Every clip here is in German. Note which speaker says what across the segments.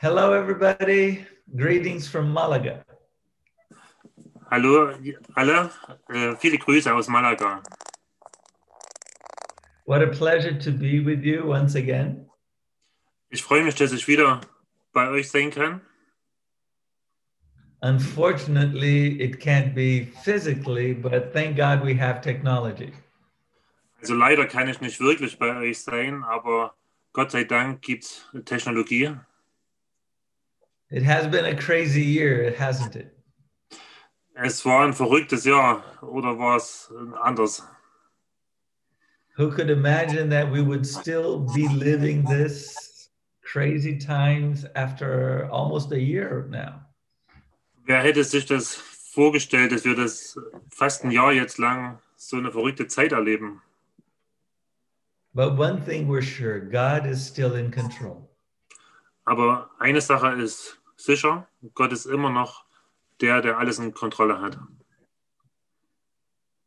Speaker 1: Hello, everybody. Greetings from Malaga.
Speaker 2: Hallo alle, äh, viele Grüße aus Malaga.
Speaker 1: What a pleasure to be with you once again.
Speaker 2: Ich freue mich, dass ich wieder bei euch sein kann.
Speaker 1: Unfortunately, it can't be physically, but thank God we have technology.
Speaker 2: Also leider kann ich nicht wirklich bei euch sein, aber Gott sei Dank gibt es Technologie.
Speaker 1: It has been a crazy year, hasn't it?
Speaker 2: Es war ein verrücktes Jahr oder war es anders?
Speaker 1: Who could imagine that we would still be living this crazy times after almost a year now?
Speaker 2: Wer hätte sich das vorgestellt, dass wir das fast ein Jahr jetzt lang so eine verrückte Zeit erleben?
Speaker 1: But one thing we're sure God is still in control.
Speaker 2: Aber eine Sache ist sicher, Gott ist immer noch der, der alles in Kontrolle hat.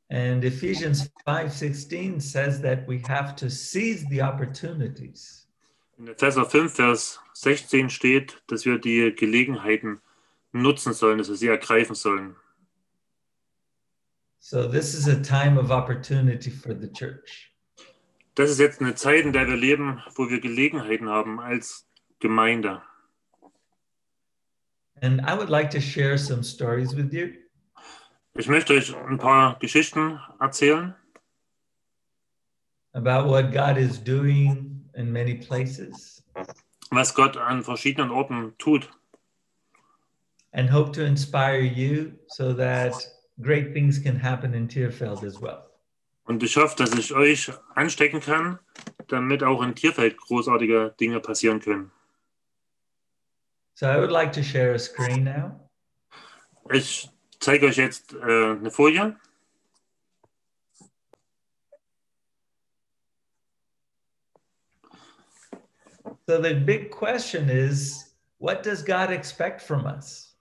Speaker 1: And Ephesians 5:16 says that we have to seize the opportunities.
Speaker 2: In Epheser 5, Vers 16 steht, dass wir die Gelegenheiten nutzen sollen, dass wir sie ergreifen sollen.
Speaker 1: So this is a time of opportunity for the church.
Speaker 2: Das ist jetzt eine Zeit, in der wir leben, wo wir Gelegenheiten haben als Gemeinde.
Speaker 1: And I would like to share some stories with you.
Speaker 2: Ich möchte euch ein paar Geschichten erzählen
Speaker 1: about what God is doing in many places
Speaker 2: was Gott an verschiedenen Orten tut
Speaker 1: and hope to inspire you so that great things can happen in Tierfeld as well.
Speaker 2: Und ich hoffe, dass ich euch anstecken kann, damit auch in Tierfeld großartige Dinge passieren können.
Speaker 1: So I would like to share a screen now.
Speaker 2: Ich zeige euch jetzt äh, eine Folie.
Speaker 1: So the big question is what does God expect from us?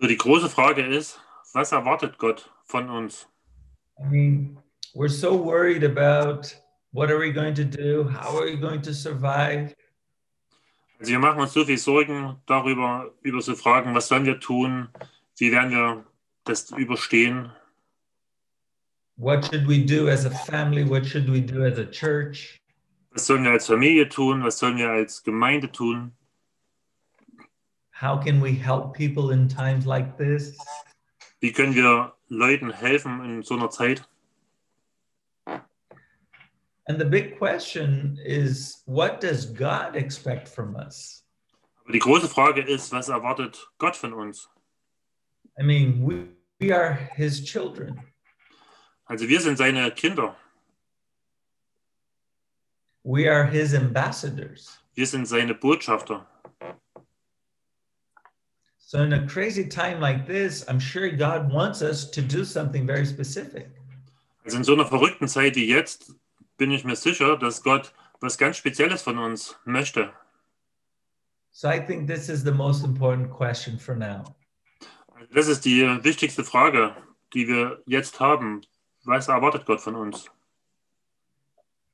Speaker 2: So die große Frage ist, was erwartet Gott von uns?
Speaker 1: I mean, we're so worried about what are we going to do? How are we going to survive?
Speaker 2: Also wir machen uns so viel Sorgen darüber, über so Fragen, was sollen wir tun? Wie werden wir das überstehen?
Speaker 1: What should we do as a family? What should we do as a church?
Speaker 2: Was sollen wir als Familie tun? Was sollen wir als Gemeinde tun?
Speaker 1: How can we help people in times like this?
Speaker 2: Wie können wir Leuten helfen in so einer Zeit?
Speaker 1: And the big question is what does God expect from us?
Speaker 2: Aber die große Frage ist, was erwartet Gott von uns?
Speaker 1: I mean, we, we are his children.
Speaker 2: Also wir sind seine Kinder,
Speaker 1: We are his ambassadors.
Speaker 2: wir sind seine Botschafter.
Speaker 1: So, in a crazy time like this, I'm sure God wants us to do something very specific.
Speaker 2: Also in so einer verrückten Zeit wie jetzt bin ich mir sicher, dass Gott was ganz Spezielles von uns möchte.
Speaker 1: So, I think this is the most important question for now.
Speaker 2: Also das ist die wichtigste Frage, die wir jetzt haben. Was erwartet Gott von uns?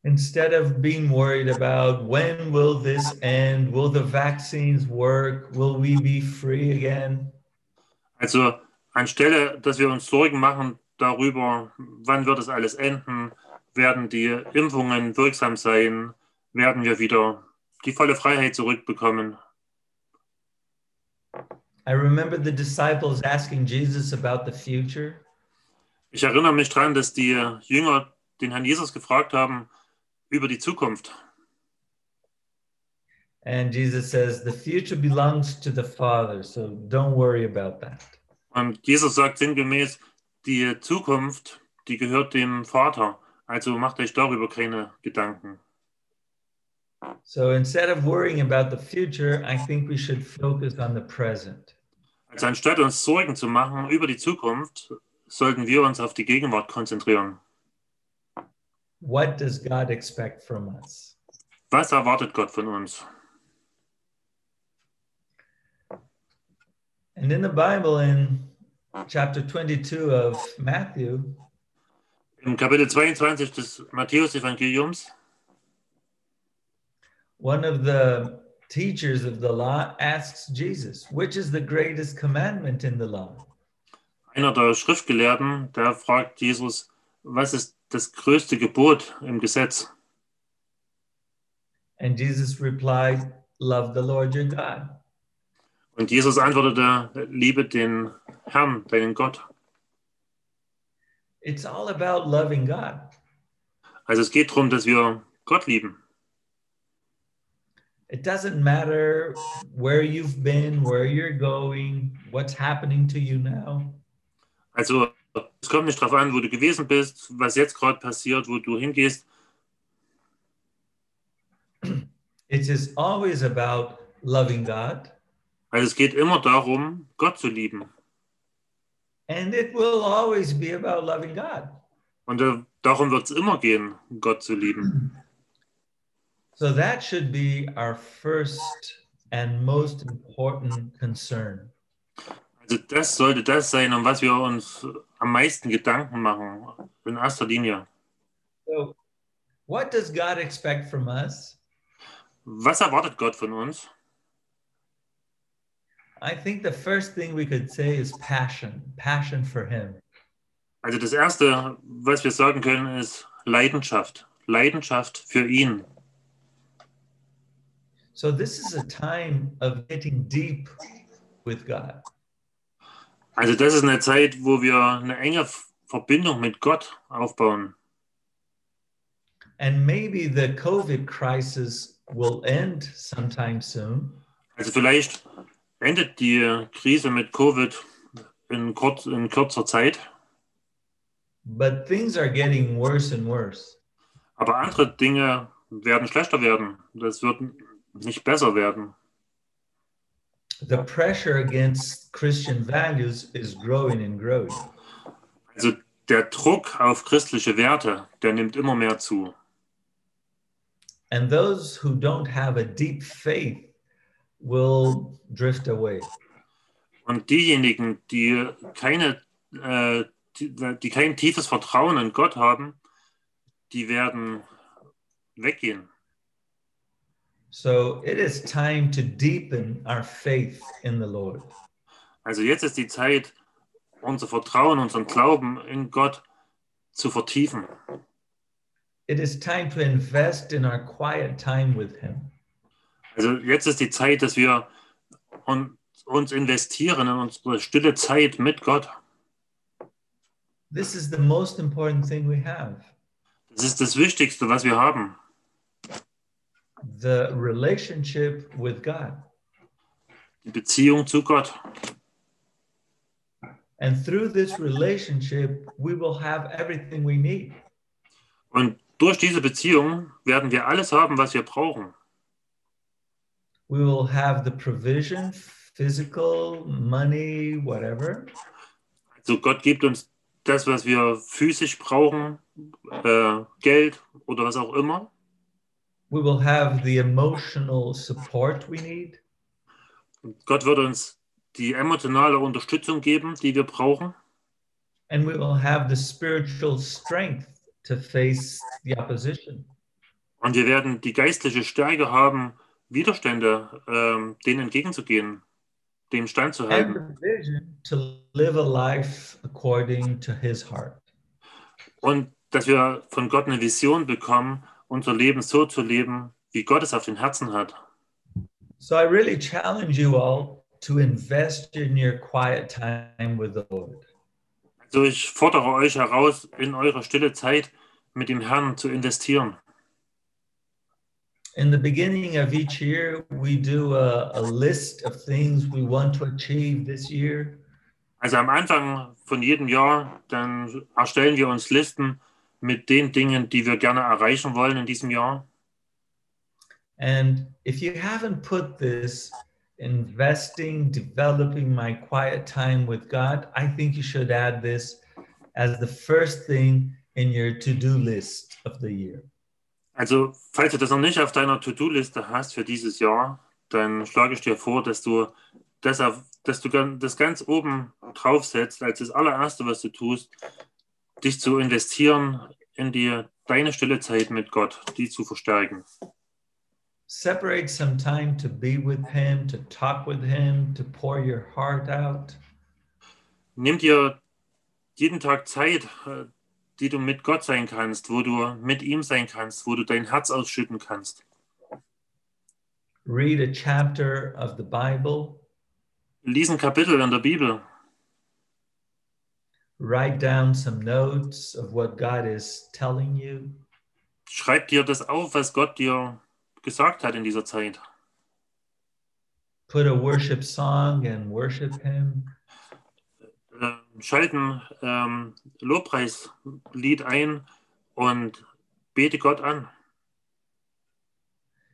Speaker 1: Instead of being worried about when will this end? Will the vaccines work? Will we be free again?
Speaker 2: Also anstelle, dass wir uns Sorgen machen darüber, wann wird es alles enden, werden die Impfungen wirksam sein, werden wir wieder die volle Freiheit zurückbekommen.
Speaker 1: I remember the disciples asking Jesus about the future.
Speaker 2: Ich erinnere mich daran, dass die Jünger den Herrn Jesus gefragt haben über die Zukunft.
Speaker 1: And Jesus says, The future belongs to the Father, so don't worry about that.
Speaker 2: Und Jesus sagt sinngemäß, die Zukunft, die gehört dem Vater. Also macht euch darüber keine Gedanken.
Speaker 1: So instead of worrying about the future, I think we should focus on the present.
Speaker 2: Also anstatt uns Sorgen zu machen über die Zukunft, sollten wir uns auf die Gegenwart konzentrieren.
Speaker 1: What does God expect from us?
Speaker 2: Was erwartet Gott von uns?
Speaker 1: And in the Bible, in chapter 22 of Matthew,
Speaker 2: Im Kapitel 22 des Matthäusevangeliums,
Speaker 1: one of the teachers of the law asks Jesus, which is the greatest commandment in the law?
Speaker 2: Einer der Schriftgelehrten, der fragt Jesus, was ist das größte Gebot im Gesetz?
Speaker 1: And Jesus replied, Love the Lord your God.
Speaker 2: Und Jesus antwortete, liebe den Herrn, deinen Gott.
Speaker 1: It's all about loving God.
Speaker 2: Also es geht darum, dass wir Gott lieben.
Speaker 1: It doesn't matter where you've been, where you're going, what's happening to you now.
Speaker 2: Also es kommt nicht darauf an, wo du gewesen bist, was jetzt gerade passiert, wo du hingehst.
Speaker 1: It is always about loving God,
Speaker 2: Also es geht immer darum, Gott zu lieben.
Speaker 1: and it will always be about loving God.
Speaker 2: Und äh, darum wird es immer gehen, Gott zu lieben.
Speaker 1: So that should be our first and most important concern.
Speaker 2: Also das sollte das sein, um was wir uns am meisten Gedanken machen, in erster Linie.
Speaker 1: So, what does God expect from us?
Speaker 2: Was erwartet Gott von uns?
Speaker 1: I think the first thing we could say is passion, passion for Him.
Speaker 2: Also das Erste, was wir sagen können, ist Leidenschaft. Leidenschaft für ihn.
Speaker 1: So, this is a time of getting deep with God.
Speaker 2: Also das ist eine Zeit, wo wir eine enge Verbindung mit Gott aufbauen.
Speaker 1: And maybe the COVID crisis will end sometime soon.
Speaker 2: Also vielleicht endet die Krise mit Covid in, kurz, in kürzer Zeit,
Speaker 1: But things are getting worse and worse.
Speaker 2: aber andere Dinge werden schlechter werden. Das wird nicht besser werden.
Speaker 1: The pressure against Christian values is growing and growing.
Speaker 2: Also der Druck auf christliche Werte, der nimmt immer mehr zu.
Speaker 1: And those who don't have a deep faith will drift away.
Speaker 2: Und diejenigen, die, keine, äh, die, die kein tiefes Vertrauen in Gott haben, die werden weggehen.
Speaker 1: So it is time to deepen our faith in the Lord.
Speaker 2: Also jetzt ist die Zeit, unser Vertrauen, unseren Glauben in Gott zu vertiefen.
Speaker 1: It is time to invest in our quiet time with Him.
Speaker 2: Also jetzt ist die Zeit, dass wir un, uns investieren in unsere stille Zeit mit Gott.
Speaker 1: This is the most important thing we have.
Speaker 2: Das ist das Wichtigste, was wir haben.
Speaker 1: the relationship with God.
Speaker 2: Die Beziehung zu Gott.
Speaker 1: And through this relationship, we will have everything we need.
Speaker 2: Und durch diese Beziehung werden wir alles haben, was wir brauchen.
Speaker 1: We will have the provision, physical, money, whatever.
Speaker 2: Also Gott gibt uns das, was wir physisch brauchen, äh, Geld oder was auch immer.
Speaker 1: We will have the emotional support we need.
Speaker 2: Und Gott wird uns die emotionale Unterstützung geben, die wir brauchen.
Speaker 1: And we will have the spiritual strength to face the opposition.
Speaker 2: Und wir werden die geistliche Stärke haben, Widerstände ähm, denen entgegenzugehen, dem Stand zu
Speaker 1: And
Speaker 2: halten.
Speaker 1: the vision to live a life according to his heart.
Speaker 2: Und dass wir von Gott eine Vision bekommen, unser Leben so zu leben, wie Gott es auf den Herzen hat.
Speaker 1: So I really challenge you all to invest in your quiet time with the Lord.
Speaker 2: Also ich fordere euch heraus, in eure stille Zeit mit dem Herrn zu investieren.
Speaker 1: In the beginning of each year, we do a, a list of things we want to achieve this year.
Speaker 2: Also am Anfang von jedem Jahr, dann erstellen wir uns Listen mit den Dingen, die wir gerne erreichen wollen in diesem Jahr.
Speaker 1: And if you haven't put this investing, developing my quiet time with God, I think you should add this as the first thing in your to do list of the year.
Speaker 2: Also falls du das noch nicht auf deiner To-Do-Liste hast für dieses Jahr, dann schlage ich dir vor, dass du das, auf, dass du gan- das ganz oben draufsetzt, als das allererste, was du tust, dich zu investieren in die, deine stille Zeit mit Gott, die zu verstärken.
Speaker 1: separate some time to be with Him, to talk with Him, to pour your heart out.
Speaker 2: Nimm dir jeden Tag Zeit, äh, die du mit Gott sein kannst, wo du mit ihm sein kannst, wo du dein Herz ausschütten kannst.
Speaker 1: Read a chapter of the Bible,
Speaker 2: Lies ein Kapitel in der Bibel,
Speaker 1: write down some notes of what God is telling you,
Speaker 2: schreib dir das auf, was Gott dir gesagt hat in dieser Zeit.
Speaker 1: put a worship song and worship Him.
Speaker 2: Äh, Schalten ähm, Lobpreislied ein und bete Gott an.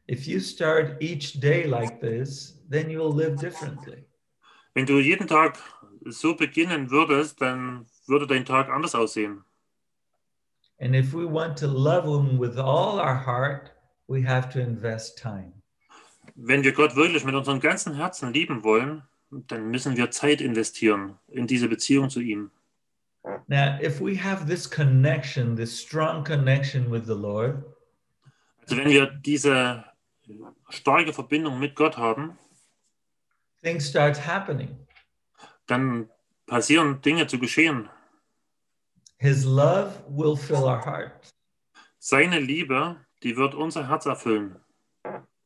Speaker 1: If you start each day like this, then you will live differently.
Speaker 2: Wenn du jeden Tag so beginnen würdest, dann würde dein Tag anders aussehen.
Speaker 1: And if we want to love Him with all our heart, we have to invest time.
Speaker 2: Wenn wir Gott wirklich mit unserem ganzen Herzen lieben wollen, dann müssen wir Zeit investieren in diese Beziehung zu ihm.
Speaker 1: Now, if we have this connection, this strong connection with the Lord,
Speaker 2: Also wenn wir diese starke Verbindung mit Gott haben,
Speaker 1: things start happening.
Speaker 2: dann passieren Dinge zu geschehen.
Speaker 1: His love will fill our heart,
Speaker 2: Seine Liebe, die wird unser Herz erfüllen.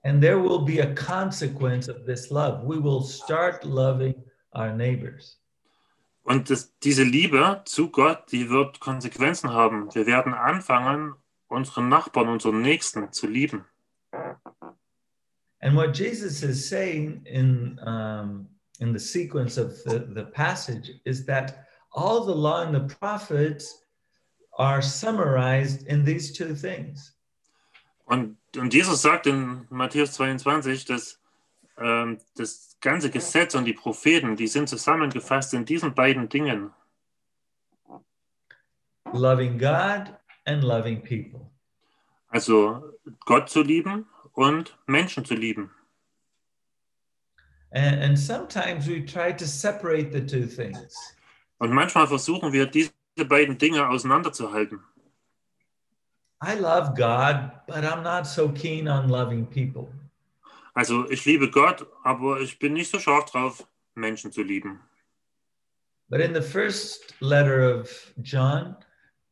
Speaker 1: and there will be a consequence of this love. We will start loving our neighbors.
Speaker 2: Und das, diese Liebe zu Gott, die wird Konsequenzen haben. Wir werden anfangen, unseren Nachbarn, unseren Nächsten zu lieben.
Speaker 1: And what Jesus is saying in um, in the sequence of the, the passage is that all the law and the prophets are summarized in these two things.
Speaker 2: Und, und Jesus sagt in Matthäus 22, dass ähm, das ganze Gesetz und die Propheten, die sind zusammengefasst in diesen beiden Dingen.
Speaker 1: loving God and loving people.
Speaker 2: Also Gott zu lieben und Menschen zu lieben.
Speaker 1: And, and sometimes we try to separate the two things.
Speaker 2: Und manchmal versuchen wir, diese beiden Dinge auseinanderzuhalten.
Speaker 1: I love God, but I'm not so keen on loving people.
Speaker 2: Also ich liebe Gott, aber ich bin nicht so scharf drauf, Menschen zu lieben.
Speaker 1: But in the first letter of John,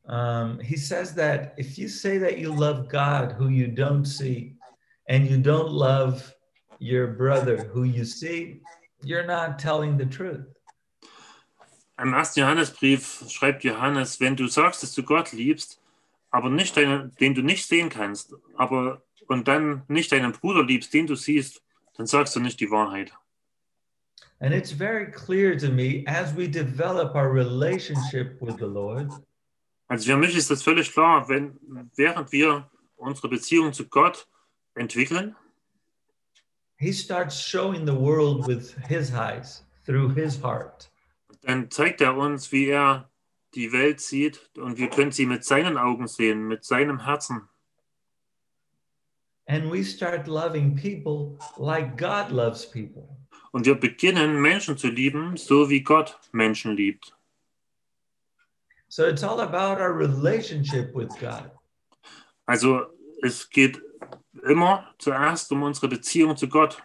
Speaker 1: um, he says that if you say that you love God, who you don't see, and you don't love your brother, who you see, you're not telling the truth.
Speaker 2: Im ersten Johannesbrief schreibt Johannes, wenn du sagst, dass du Gott liebst, aber nicht deine, den du nicht sehen kannst, aber und dann nicht deinen Bruder liebst, den du siehst, dann sagst du nicht die Wahrheit.
Speaker 1: And it's very clear to me as we develop our relationship with the Lord
Speaker 2: Also für mich ist das völlig klar, wenn während wir unsere Beziehung zu Gott entwickeln,
Speaker 1: He starts showing the world with his eyes through his heart.
Speaker 2: dann zeigt er uns, wie er die Welt sieht und wir können sie mit seinen Augen sehen, mit seinem Herzen.
Speaker 1: And we start loving people like God loves people.
Speaker 2: Und wir beginnen, Menschen zu lieben, so wie Gott Menschen liebt.
Speaker 1: So it's all about our relationship with God.
Speaker 2: Also es geht immer zuerst um unsere Beziehung zu Gott.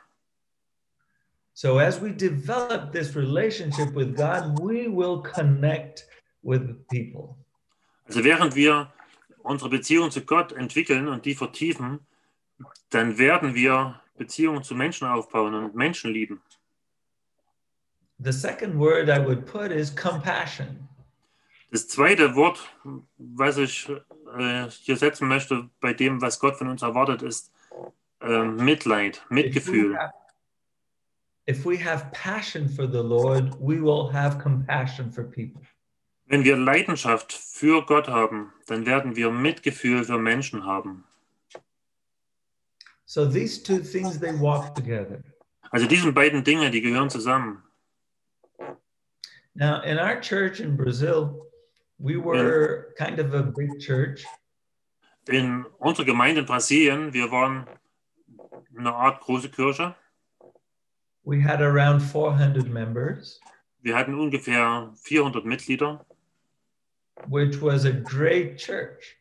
Speaker 1: So as we develop this relationship with God, we will connect with people.
Speaker 2: Also während wir unsere Beziehung zu Gott entwickeln und die vertiefen, dann werden wir Beziehungen zu Menschen aufbauen und Menschen lieben.
Speaker 1: The second word I would put is compassion.
Speaker 2: Das zweite Wort, was ich äh, hier setzen möchte bei dem, was Gott von uns erwartet, ist äh, Mitleid,
Speaker 1: If we,
Speaker 2: Mitgefühl.
Speaker 1: have, if we have passion for the Lord, we will have compassion for people.
Speaker 2: Wenn wir Leidenschaft für Gott haben, dann werden wir Mitgefühl für Menschen haben.
Speaker 1: So these two things they walk together.
Speaker 2: Also diese beiden Dinge, die gehören zusammen.
Speaker 1: Now, in our church in Brazil, we were kind of a big church,
Speaker 2: in unserer Gemeinde in Brasilien, wir waren eine Art große Kirche.
Speaker 1: we had around 400 members,
Speaker 2: Wir hatten ungefähr 400 Mitglieder.
Speaker 1: which was a great church.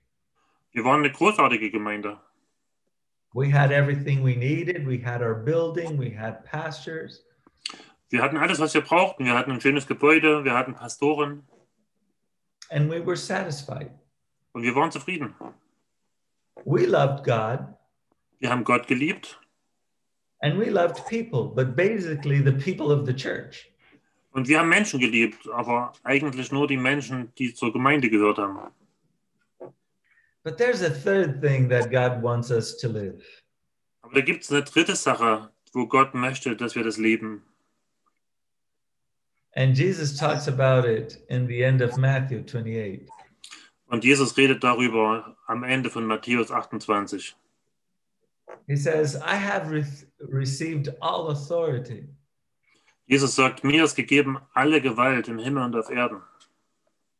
Speaker 2: Wir waren eine großartige Gemeinde.
Speaker 1: We had everything we needed. We had our building, we had pastures.
Speaker 2: Wir hatten alles, was wir brauchten. Wir hatten ein schönes Gebäude, wir hatten Pastoren
Speaker 1: and we were satisfied.
Speaker 2: und wir waren zufrieden.
Speaker 1: We loved God
Speaker 2: Wir haben Gott geliebt
Speaker 1: and we loved people, but basically the people of the church.
Speaker 2: und wir haben Menschen geliebt, aber eigentlich nur die Menschen, die zur Gemeinde gehört haben.
Speaker 1: But there's a third thing that God wants us to live,
Speaker 2: Aber da gibt es eine dritte Sache, wo Gott möchte, dass wir das leben.
Speaker 1: and Jesus talks about it in the end of Matthew 28.
Speaker 2: Und Jesus redet darüber am Ende von Matthäus 28.
Speaker 1: He says, I have re- received all authority
Speaker 2: Jesus sagt, mir ist gegeben alle Gewalt im Himmel und auf Erden.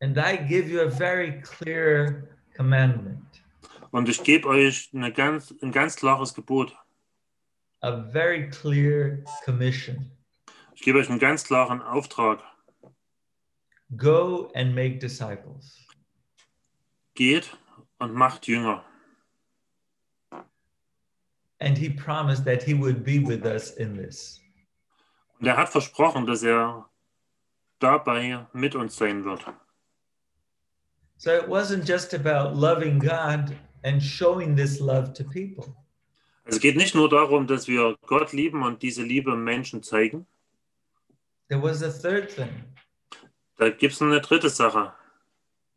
Speaker 1: and I give you a very clear commandment,
Speaker 2: Und ich gebe euch eine ganz, ein ganz klares Gebot.
Speaker 1: a very clear commission.
Speaker 2: Ich gebe euch einen ganz klaren Auftrag.
Speaker 1: Go and make disciples.
Speaker 2: Geht und macht Jünger.
Speaker 1: And he promised that he would be with us in this.
Speaker 2: Und er hat versprochen, dass er dabei mit uns sein wird.
Speaker 1: So it wasn't just about loving God and showing this love to people.
Speaker 2: Also Es geht nicht nur darum, dass wir Gott lieben und diese Liebe Menschen zeigen.
Speaker 1: There was a third thing.
Speaker 2: Da gibt es eine dritte Sache.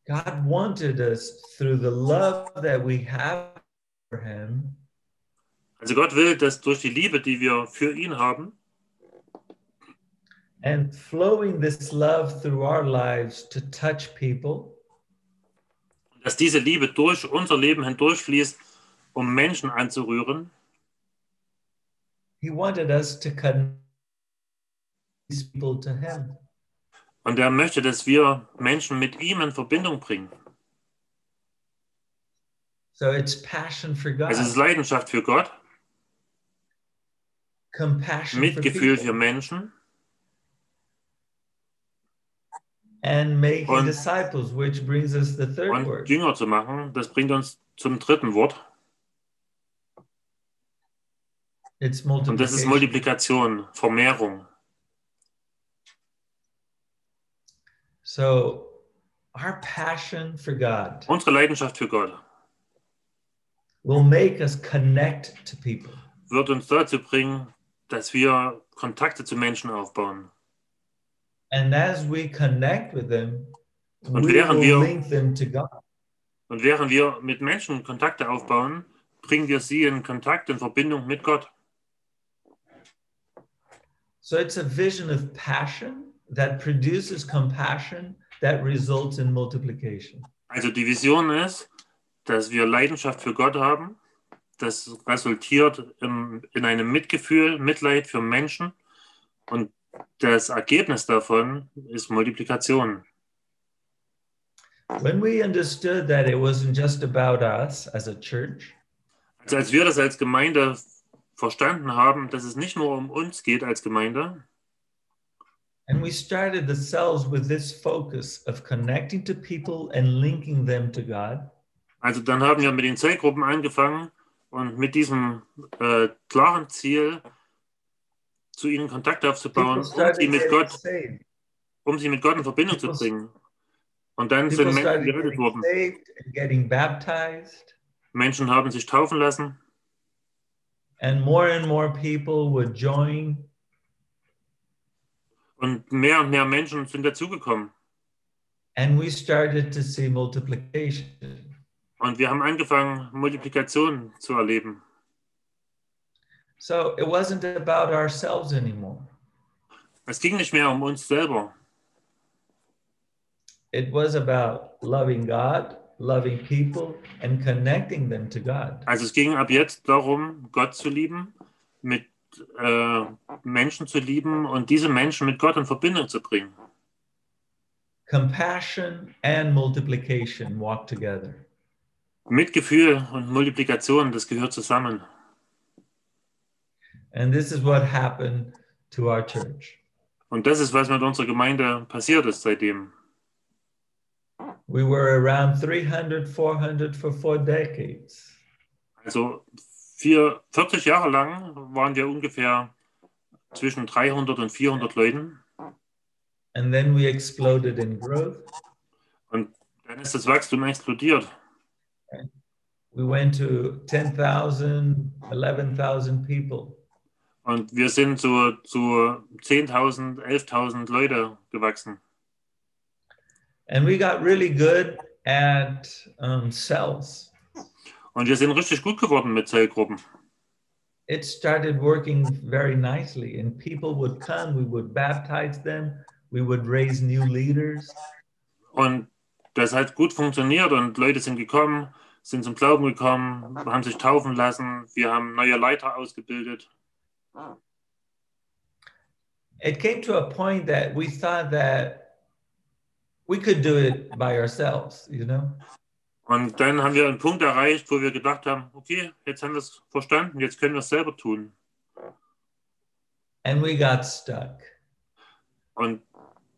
Speaker 1: God wanted us through the love that we have for him
Speaker 2: Also Gott will, dass durch die Liebe, die wir für ihn haben,
Speaker 1: and flowing this love through our lives to touch people
Speaker 2: dass diese Liebe durch unser Leben hindurchfließt, um Menschen anzurühren.
Speaker 1: He wanted us to connect these people to Him.
Speaker 2: Und er möchte, dass wir Menschen mit ihm in Verbindung bringen.
Speaker 1: So it's passion for God,
Speaker 2: Also es ist Leidenschaft für Gott,
Speaker 1: compassion for
Speaker 2: Mitgefühl für
Speaker 1: people,
Speaker 2: Menschen
Speaker 1: and making
Speaker 2: Und-
Speaker 1: disciples, which brings us the third
Speaker 2: und
Speaker 1: word.
Speaker 2: Jünger zu machen. Das bringt uns zum dritten Wort.
Speaker 1: it's
Speaker 2: Und das ist
Speaker 1: multiplication.
Speaker 2: Multiplikation, Vermehrung.
Speaker 1: so our passion for God
Speaker 2: Unsere Leidenschaft für Gott
Speaker 1: will make us connect to people.
Speaker 2: wird uns dazu bringen, dass wir Kontakte zu Menschen aufbauen.
Speaker 1: And as we connect with them,
Speaker 2: Und
Speaker 1: we
Speaker 2: während
Speaker 1: will
Speaker 2: wir-
Speaker 1: link them to God.
Speaker 2: Und während wir mit Menschen Kontakte aufbauen, bringen wir sie in Kontakt, in Verbindung mit Gott.
Speaker 1: So it's a vision of passion that produces compassion that results in multiplication.
Speaker 2: Also die Vision ist, dass wir Leidenschaft für Gott haben. Das resultiert im, in einem Mitgefühl, Mitleid für Menschen. Und das Ergebnis davon ist Multiplikation.
Speaker 1: When we understood that it wasn't just about us as a church,
Speaker 2: Also als wir das als Gemeinde verstanden haben, dass es nicht nur um uns geht als Gemeinde,
Speaker 1: and we started the cells with this focus of connecting to people and linking them to God,
Speaker 2: also dann haben wir mit den Zellgruppen angefangen und mit diesem äh, klaren Ziel, zu ihnen Kontakt
Speaker 1: people
Speaker 2: aufzubauen, um sie
Speaker 1: started
Speaker 2: mit
Speaker 1: getting
Speaker 2: Gott
Speaker 1: saved.
Speaker 2: um sie mit Gott in Verbindung zu
Speaker 1: People-
Speaker 2: bringen. Und dann sind
Speaker 1: People
Speaker 2: Menschen
Speaker 1: started
Speaker 2: gerettet
Speaker 1: getting
Speaker 2: worden.
Speaker 1: saved and getting baptized,
Speaker 2: Menschen haben sich taufen lassen
Speaker 1: and more and more people would join
Speaker 2: und mehr und mehr Menschen sind dazugekommen.
Speaker 1: and we started to see multiplication.
Speaker 2: Und wir haben angefangen, Multiplikation zu erleben.
Speaker 1: So it wasn't about ourselves anymore.
Speaker 2: Es ging nicht mehr um uns selber.
Speaker 1: It was about loving God, loving people, and connecting them to God.
Speaker 2: Also es ging ab jetzt darum, Gott zu lieben, mit äh, Menschen zu lieben und diese Menschen mit Gott in Verbindung zu bringen.
Speaker 1: Compassion and multiplication walk together.
Speaker 2: Mitgefühl und Multiplikation, das gehört zusammen.
Speaker 1: And this is what happened to our church.
Speaker 2: Und das ist, was mit unserer Gemeinde passiert ist seitdem.
Speaker 1: We were around 300, 400 for four decades.
Speaker 2: Also vier, 40 Jahre lang waren wir ungefähr zwischen 300 und 400 Leuten.
Speaker 1: And then we exploded in growth.
Speaker 2: Und dann ist das Wachstum explodiert.
Speaker 1: We went to 10,000, 11,000 people.
Speaker 2: Und wir sind so zu 10.000, 11.000 Leute gewachsen.
Speaker 1: And we got really good at um, cells.
Speaker 2: Und wir sind richtig gut geworden mit Zellgruppen.
Speaker 1: It started working very nicely, and people would come, we would baptize them, we would raise new leaders.
Speaker 2: Und das hat gut funktioniert und Leute sind gekommen, sind zum Glauben gekommen, haben sich taufen lassen, wir haben neue Leiter ausgebildet.
Speaker 1: It came to a point that we thought that we could do it by ourselves, you know?
Speaker 2: Und dann haben wir einen Punkt erreicht, wo wir gedacht haben, okay, jetzt haben wir es verstanden, jetzt können wir es selber tun.
Speaker 1: And we got stuck.
Speaker 2: Und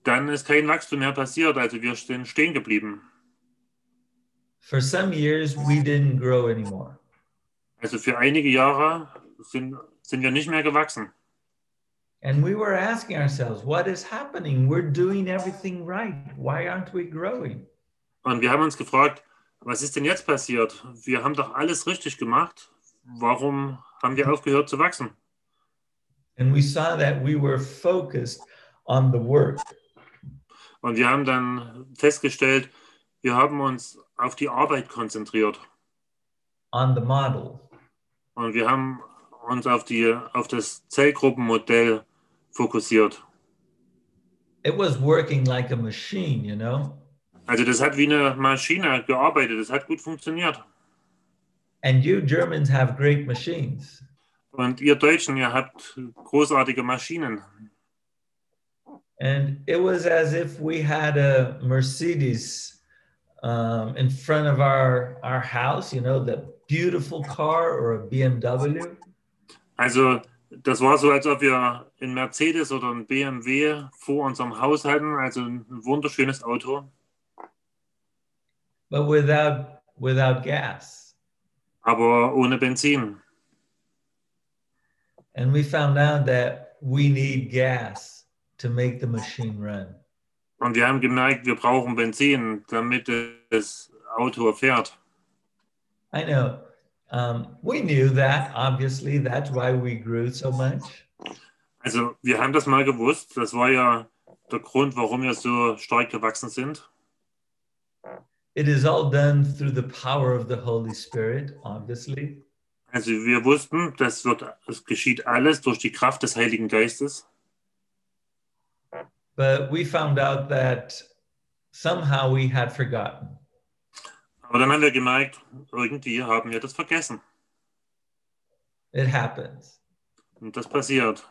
Speaker 2: dann ist kein Wachstum mehr passiert, also wir sind stehen geblieben.
Speaker 1: For some years, we didn't grow anymore.
Speaker 2: Also für einige Jahre sind, sind wir nicht mehr gewachsen.
Speaker 1: And we were asking ourselves, what is happening? We're doing everything right. Why aren't we growing?
Speaker 2: Und wir haben uns gefragt, was ist denn jetzt passiert? Wir haben doch alles richtig gemacht. Warum haben wir aufgehört zu wachsen?
Speaker 1: And we saw that we were focused on the work.
Speaker 2: Und wir haben dann festgestellt, wir haben uns auf die Arbeit konzentriert.
Speaker 1: on the model.
Speaker 2: Und wir haben uns auf, die, auf das Zellgruppenmodell fokussiert.
Speaker 1: It was working like a machine, you know?
Speaker 2: Also das hat wie eine Maschine gearbeitet. Das hat gut funktioniert.
Speaker 1: And you Germans have great machines.
Speaker 2: Und ihr Deutschen, ihr habt großartige Maschinen.
Speaker 1: And it was as if we had a Mercedes um, in front of our, our house, you know, the beautiful car or a BMW.
Speaker 2: Also das war so, als ob wir einen Mercedes oder einen BMW vor unserem Haus hatten. Also ein wunderschönes Auto,
Speaker 1: but without without gas.
Speaker 2: aber ohne Benzin.
Speaker 1: And we found out that we need gas to make the machine run.
Speaker 2: Und wir haben gemerkt, wir brauchen Benzin, damit das Auto fährt.
Speaker 1: I know. Um, we knew that, obviously. That's why we grew so much.
Speaker 2: Also wir haben das mal gewusst. Das war ja der Grund, warum wir so stark gewachsen sind.
Speaker 1: It is all done through the power of the Holy Spirit, obviously.
Speaker 2: Also wir wussten, das wird, es geschieht alles durch die Kraft des Heiligen Geistes.
Speaker 1: But we found out that somehow we had forgotten.
Speaker 2: Aber dann haben wir gemerkt, irgendwie haben wir das vergessen.
Speaker 1: It happens.
Speaker 2: Und das passiert.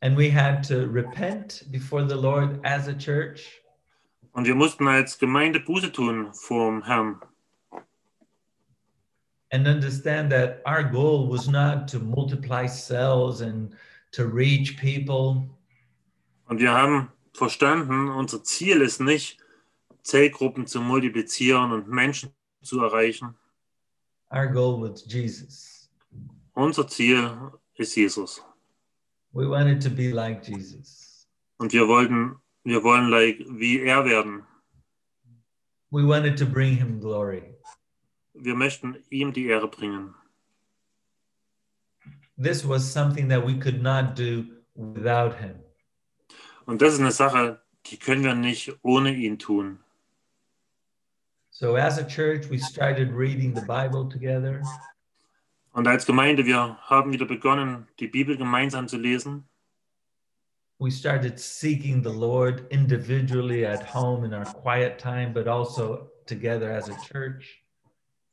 Speaker 1: And we had to repent before the Lord as a church.
Speaker 2: Und wir mussten als Gemeinde Buße tun vorm Herrn
Speaker 1: and understand that our goal was not to multiply cells and to reach people.
Speaker 2: Und wir haben verstanden, unser Ziel ist nicht, Zellgruppen zu multiplizieren und Menschen zu erreichen.
Speaker 1: Our goal was Jesus.
Speaker 2: Unser Ziel ist Jesus.
Speaker 1: We wanted to be like Jesus.
Speaker 2: Und wir wollten, wir wollen like, wie er werden.
Speaker 1: We wanted to bring him glory.
Speaker 2: Wir möchten ihm die Ehre bringen.
Speaker 1: This was something that we could not do without him.
Speaker 2: Und das ist eine Sache, die können wir nicht ohne ihn tun.
Speaker 1: So, as a church, we started reading the Bible together.
Speaker 2: Und als Gemeinde, wir haben wieder begonnen, die Bibel gemeinsam zu lesen.
Speaker 1: We started seeking the Lord individually at home in our quiet time, but also together as a church.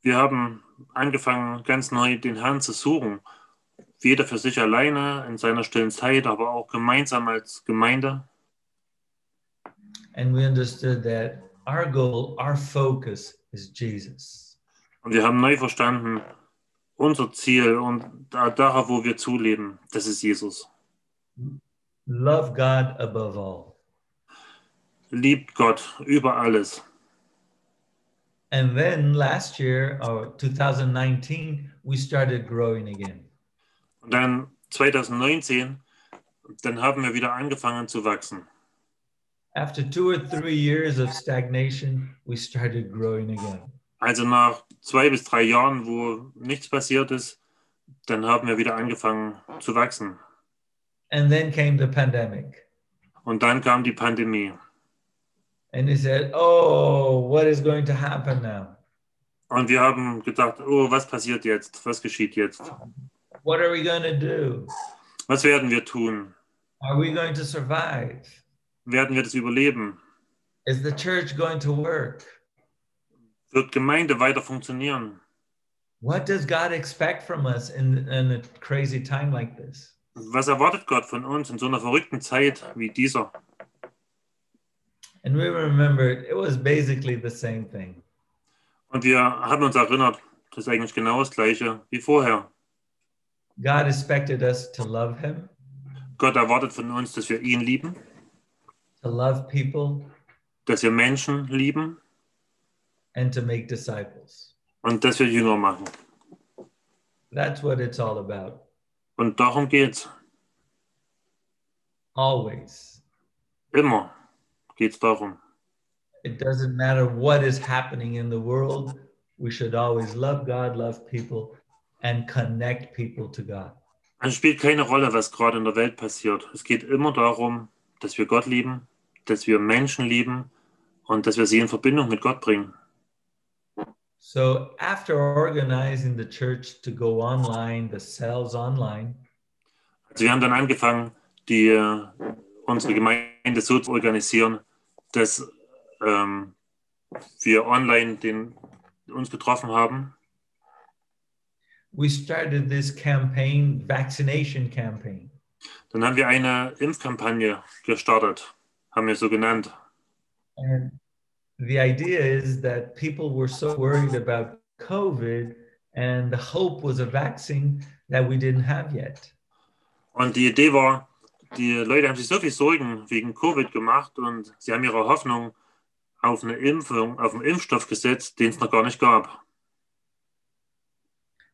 Speaker 2: Wir haben angefangen, ganz neu den Herrn zu suchen. Jeder für sich alleine, in seiner stillen Zeit, aber auch gemeinsam als Gemeinde.
Speaker 1: And we understood that our goal, our focus is Jesus.
Speaker 2: Und wir haben neu verstanden, unser Ziel und da- darauf, wo wir zuleben, das ist Jesus.
Speaker 1: Love God above all.
Speaker 2: Liebt Gott über alles.
Speaker 1: And then last year, or 2019, we started growing again.
Speaker 2: Und dann 2019, dann haben wir wieder angefangen zu wachsen.
Speaker 1: After two or three years of stagnation, we started growing again.
Speaker 2: Also nach zwei bis drei Jahren, wo nichts passiert ist, dann haben wir wieder angefangen zu wachsen.
Speaker 1: And then came the pandemic.
Speaker 2: Und dann kam die Pandemie.
Speaker 1: And he said, Oh, what is going to happen now?
Speaker 2: Und wir haben gedacht, oh, was passiert jetzt? Was geschieht jetzt?
Speaker 1: What are we going to do?
Speaker 2: Was werden wir tun?
Speaker 1: Are we going to survive?
Speaker 2: Werden wir das überleben?
Speaker 1: Is the church going to work?
Speaker 2: Wird Gemeinde weiter funktionieren?
Speaker 1: What does God expect from us in, in a crazy time like this?
Speaker 2: Was erwartet Gott von uns in so einer verrückten Zeit wie dieser?
Speaker 1: And we remembered it was basically the same thing.
Speaker 2: Und wir haben uns erinnert, das ist eigentlich genau das gleiche wie vorher.
Speaker 1: God expected us to love Him,
Speaker 2: Gott erwartet von uns, dass wir ihn lieben,
Speaker 1: to love people,
Speaker 2: dass wir Menschen lieben
Speaker 1: and to make disciples.
Speaker 2: und dass wir Jünger machen.
Speaker 1: That's what it's all about.
Speaker 2: Und darum geht's.
Speaker 1: Always.
Speaker 2: Immer geht's darum.
Speaker 1: It doesn't matter what is happening in the world, we should always love God, love people, and connect people to God.
Speaker 2: Also Es spielt keine Rolle, was gerade in der Welt passiert. Es geht immer darum, dass wir Gott lieben, dass wir Menschen lieben und dass wir sie in Verbindung mit Gott bringen.
Speaker 1: So, after organizing the church to go online, the cells online,
Speaker 2: Also wir haben dann angefangen, die, äh, unsere Gemeinde so zu organisieren, dass ähm, wir online den, uns getroffen haben.
Speaker 1: we started this campaign, vaccination campaign.
Speaker 2: Dann haben wir eine Impfkampagne gestartet, haben wir so genannt.
Speaker 1: And the idea is that people were so worried about COVID, and the hope was a vaccine that we didn't have yet.
Speaker 2: Und die Idee war, die Leute haben sich so viel Sorgen wegen Covid gemacht und sie haben ihre Hoffnung auf eine Impfung, auf einen Impfstoff gesetzt, den es noch gar nicht gab.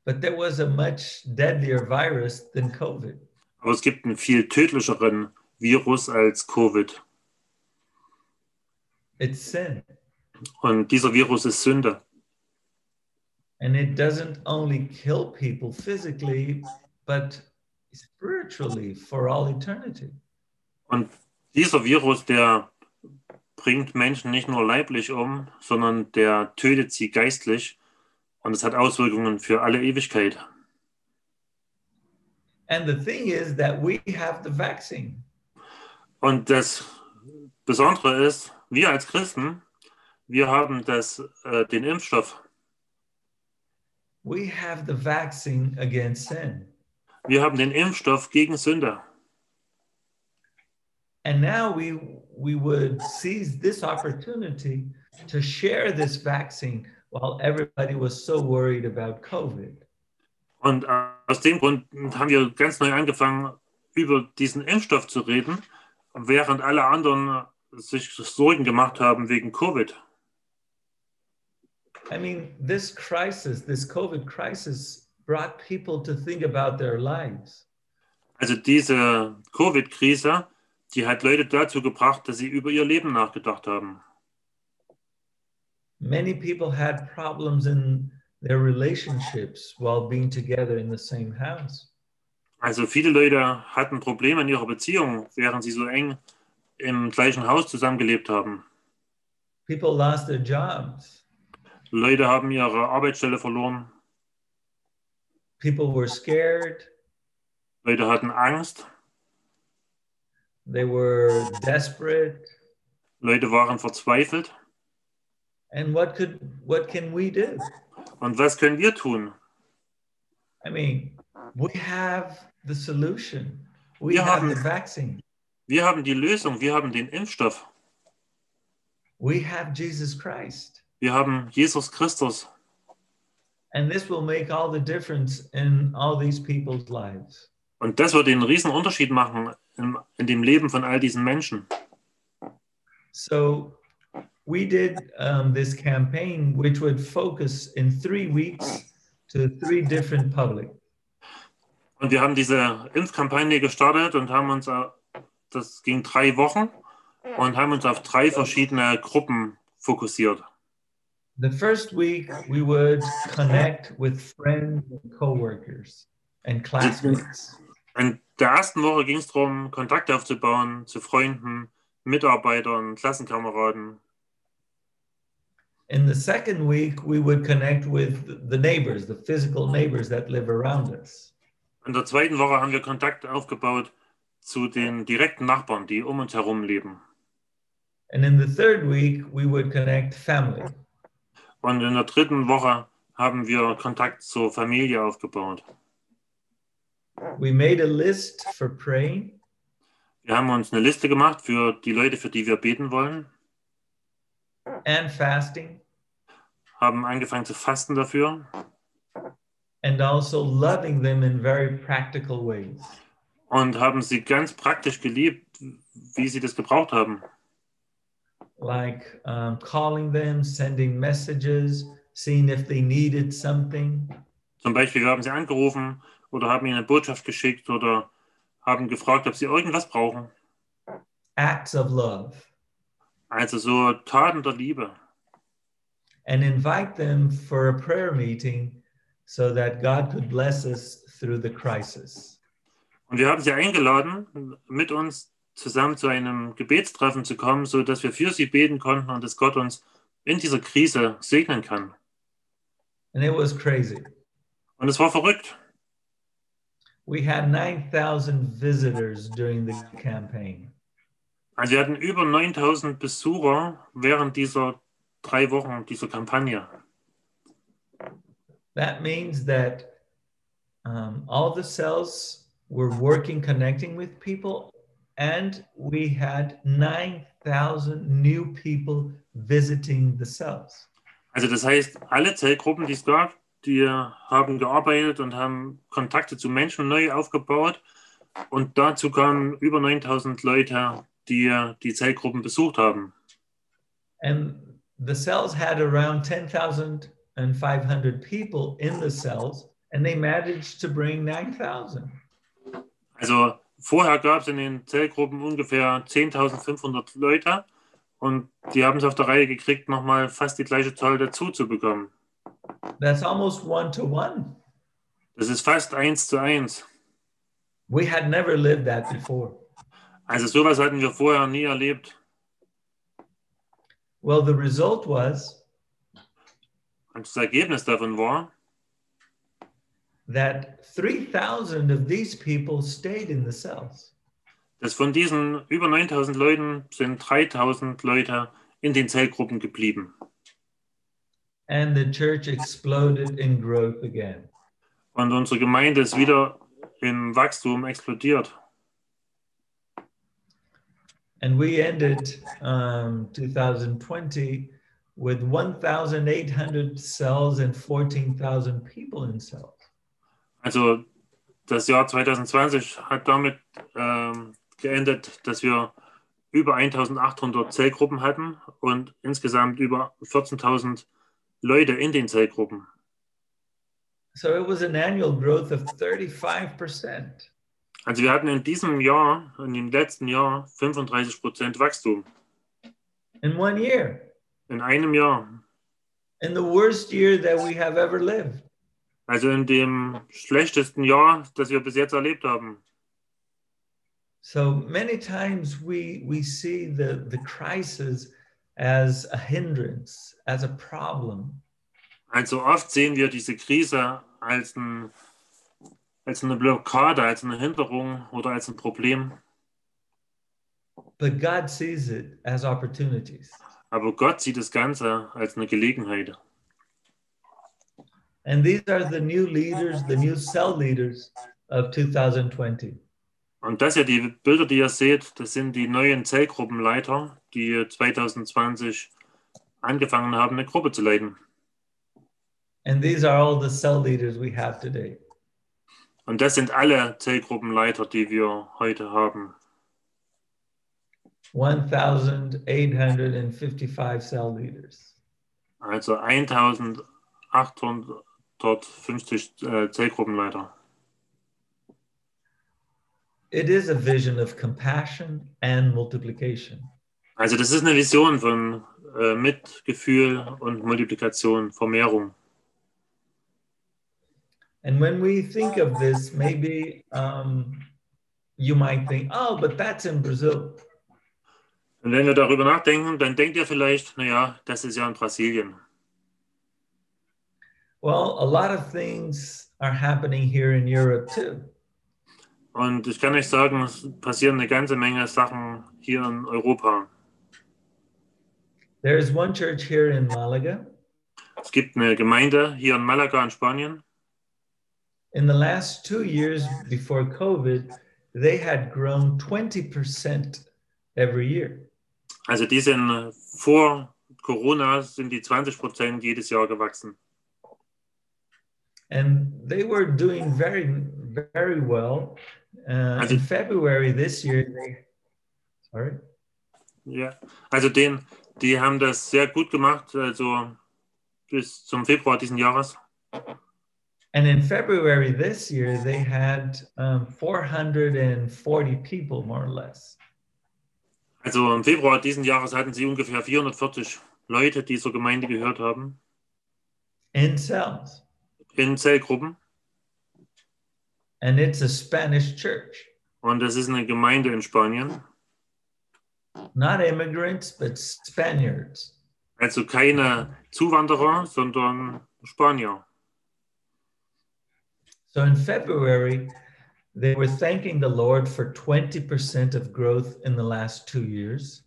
Speaker 1: But there was a much deadlier virus than COVID.
Speaker 2: Aber es gibt einen viel tödlicheren Virus als Covid.
Speaker 1: It's sin.
Speaker 2: Und dieser Virus ist Sünde.
Speaker 1: And it doesn't only kill people physically, but spiritually for all eternity.
Speaker 2: Und dieser Virus, der bringt Menschen nicht nur leiblich um, sondern der tötet sie geistlich. Und es hat Auswirkungen für alle Ewigkeit.
Speaker 1: And the thing is that we have the vaccine.
Speaker 2: Und das Besondere ist, wir als Christen, wir haben das, äh, den Impfstoff.
Speaker 1: We have the vaccine against sin.
Speaker 2: Wir haben den Impfstoff gegen Sünde.
Speaker 1: And now we we would seize this opportunity to share this vaccine while everybody was so worried about COVID.
Speaker 2: Und äh, aus dem Grund haben wir ganz neu angefangen, über diesen Impfstoff zu reden, während alle anderen sich Sorgen gemacht haben wegen Covid.
Speaker 1: I mean, this crisis, this COVID crisis, brought people to think about their lives.
Speaker 2: Also diese Covid-Krise, die hat Leute dazu gebracht, dass sie über ihr Leben nachgedacht haben.
Speaker 1: Many people had problems in their relationships while being together in the same house.
Speaker 2: Also viele Leute hatten Probleme in ihrer Beziehung, während sie so eng im gleichen Haus zusammengelebt haben.
Speaker 1: People lost their jobs.
Speaker 2: Leute haben ihre Arbeitsstelle verloren,
Speaker 1: People were scared.
Speaker 2: Leute hatten Angst,
Speaker 1: They were desperate.
Speaker 2: Leute waren verzweifelt.
Speaker 1: And what could what can we do?
Speaker 2: Und was können wir tun?
Speaker 1: I mean, we have the solution. We
Speaker 2: Wir
Speaker 1: have
Speaker 2: haben-
Speaker 1: the vaccine.
Speaker 2: Wir haben die Lösung, wir haben den Impfstoff,
Speaker 1: We have Jesus Christ.
Speaker 2: wir haben Jesus Christus.
Speaker 1: And this will make all the difference in all these people's lives.
Speaker 2: Und das wird den riesen Unterschied machen in, in dem Leben von all diesen Menschen.
Speaker 1: So we did um, this campaign, which would focus in three weeks to three different public.
Speaker 2: Und wir haben diese Impfkampagne gestartet und haben uns, äh, das ging drei Wochen, und haben uns auf drei verschiedene Gruppen fokussiert.
Speaker 1: The first week, we would connect with friends and coworkers and classmates.
Speaker 2: In der ersten Woche ging es darum, Kontakte aufzubauen zu Freunden, Mitarbeitern, Klassenkameraden.
Speaker 1: In the second week, we would connect with the neighbors, the physical neighbors that live around us.
Speaker 2: In der zweiten Woche haben wir Kontakt aufgebaut zu den direkten Nachbarn, die um uns herum leben.
Speaker 1: And in the third week, we would connect family.
Speaker 2: Und in der dritten Woche haben wir Kontakt zur Familie aufgebaut.
Speaker 1: We made a list for praying,
Speaker 2: Wir haben uns eine Liste gemacht für die Leute, für die wir beten wollen,
Speaker 1: and fasting
Speaker 2: haben angefangen zu fasten dafür
Speaker 1: and also loving them in very practical ways.
Speaker 2: und haben sie ganz praktisch geliebt, wie sie das gebraucht haben.
Speaker 1: like um, calling them, sending messages, seeing if they needed something.
Speaker 2: Zum Beispiel, wir haben sie angerufen oder haben ihnen eine Botschaft geschickt oder haben gefragt, ob sie irgendwas brauchen.
Speaker 1: Acts of love
Speaker 2: Also so Taten der Liebe.
Speaker 1: and invite them for a prayer meeting so that God could bless us through the crisis.
Speaker 2: Und wir haben sie eingeladen, mit uns zusammen zu einem Gebetstreffen zu kommen, so dass wir für sie beten konnten und dass Gott uns in dieser Krise segnen kann.
Speaker 1: And it was crazy.
Speaker 2: Und es war verrückt.
Speaker 1: We had 9,000 visitors during the campaign.
Speaker 2: Also wir hatten über 9000 Besucher während dieser drei Wochen dieser Kampagne.
Speaker 1: That means that um, all the cells were working, connecting with people, and we had 9,000 new people visiting the cells.
Speaker 2: Also das heißt, alle Zellgruppen, die es gab, die haben gearbeitet und haben Kontakte zu Menschen neu aufgebaut. Und dazu kamen über 9000 Leute, die die Zellgruppen besucht haben.
Speaker 1: And the cells had around 10,500 people in the cells, and they managed to bring 9,000.
Speaker 2: Also vorher gab es in den Zellgruppen ungefähr 10.500 Leute und die haben es auf der Reihe gekriegt, nochmal fast die gleiche Zahl dazu zu bekommen.
Speaker 1: That's almost one to one.
Speaker 2: Das ist fast eins zu eins.
Speaker 1: We had never lived that before.
Speaker 2: Also sowas hatten wir vorher nie erlebt.
Speaker 1: Well, the result was
Speaker 2: Und das Ergebnis davon war,
Speaker 1: that 3,000 of these people stayed in the cells.
Speaker 2: dass von diesen über 9.000 Leuten sind 3.000 Leute in den Zellgruppen geblieben.
Speaker 1: And the church exploded in growth again.
Speaker 2: Und unsere Gemeinde ist wieder im Wachstum explodiert.
Speaker 1: And we ended um, 2020 with 1,800 cells and 14,000 people in cells.
Speaker 2: Also das Jahr 2020 hat damit ähm, geendet, dass wir über 1800 Zellgruppen hatten und insgesamt über 14.000 Leute in den Zellgruppen.
Speaker 1: So it was an annual growth of 35%.
Speaker 2: Also wir hatten in diesem Jahr, in dem letzten Jahr 35% Wachstum.
Speaker 1: In one year,
Speaker 2: In einem Jahr.
Speaker 1: in the worst year that we have ever lived.
Speaker 2: Also in dem schlechtesten Jahr, das wir bis jetzt erlebt haben.
Speaker 1: So many times we, we see the, the crisis as a hindrance, as a problem,
Speaker 2: Also oft sehen wir diese Krise als, ein, als eine Blockade, als eine Hinderung oder als ein Problem.
Speaker 1: but God sees it as opportunities.
Speaker 2: Aber Gott sieht das Ganze als eine Gelegenheit.
Speaker 1: And these are the new leaders, the new cell leaders of 2020.
Speaker 2: Und das hier, die Bilder, die ihr seht, das sind die neuen Zellgruppenleiter, die 2020 angefangen haben, eine Gruppe zu leiten.
Speaker 1: And these are all the cell leaders we have today.
Speaker 2: Und das sind alle Zellgruppenleiter, die wir heute haben.
Speaker 1: 1,855 cell liters.
Speaker 2: Also 1850 äh, Zellgruppenleiter.
Speaker 1: It is a vision of compassion and multiplication.
Speaker 2: Also das ist eine Vision von äh, Mitgefühl und Multiplikation, Vermehrung.
Speaker 1: And when we think of this, maybe um, you might think, oh, but that's in Brazil.
Speaker 2: Und wenn wir darüber nachdenken, dann denkt ihr vielleicht, naja, das ist ja in Brasilien.
Speaker 1: Well, a lot of things are happening here in Europe too.
Speaker 2: Und ich kann euch sagen, es passieren eine ganze Menge Sachen hier in Europa.
Speaker 1: There is one church here in Malaga.
Speaker 2: Es gibt eine Gemeinde hier in Malaga in Spanien.
Speaker 1: In the last two years before COVID, they had grown 20% every year.
Speaker 2: Also die sind vor Corona sind die 20 Prozent jedes Jahr gewachsen.
Speaker 1: And they were doing very, very well. Uh, in February this year, they, sorry.
Speaker 2: Ja, also den, die haben das sehr gut gemacht, also bis zum Februar diesen Jahres.
Speaker 1: And in February this year, they had um, 440 people, more or less.
Speaker 2: Also im Februar diesen Jahres hatten sie ungefähr 440 Leute, die zur Gemeinde gehört haben,
Speaker 1: in cells.
Speaker 2: in Zellgruppen.
Speaker 1: And it's a Spanish church,
Speaker 2: Und das ist eine Gemeinde in Spanien.
Speaker 1: not immigrants, but Spaniards.
Speaker 2: Also keine Zuwanderer, sondern Spanier.
Speaker 1: So in February, they were thanking the Lord for 20% of growth in the last two years.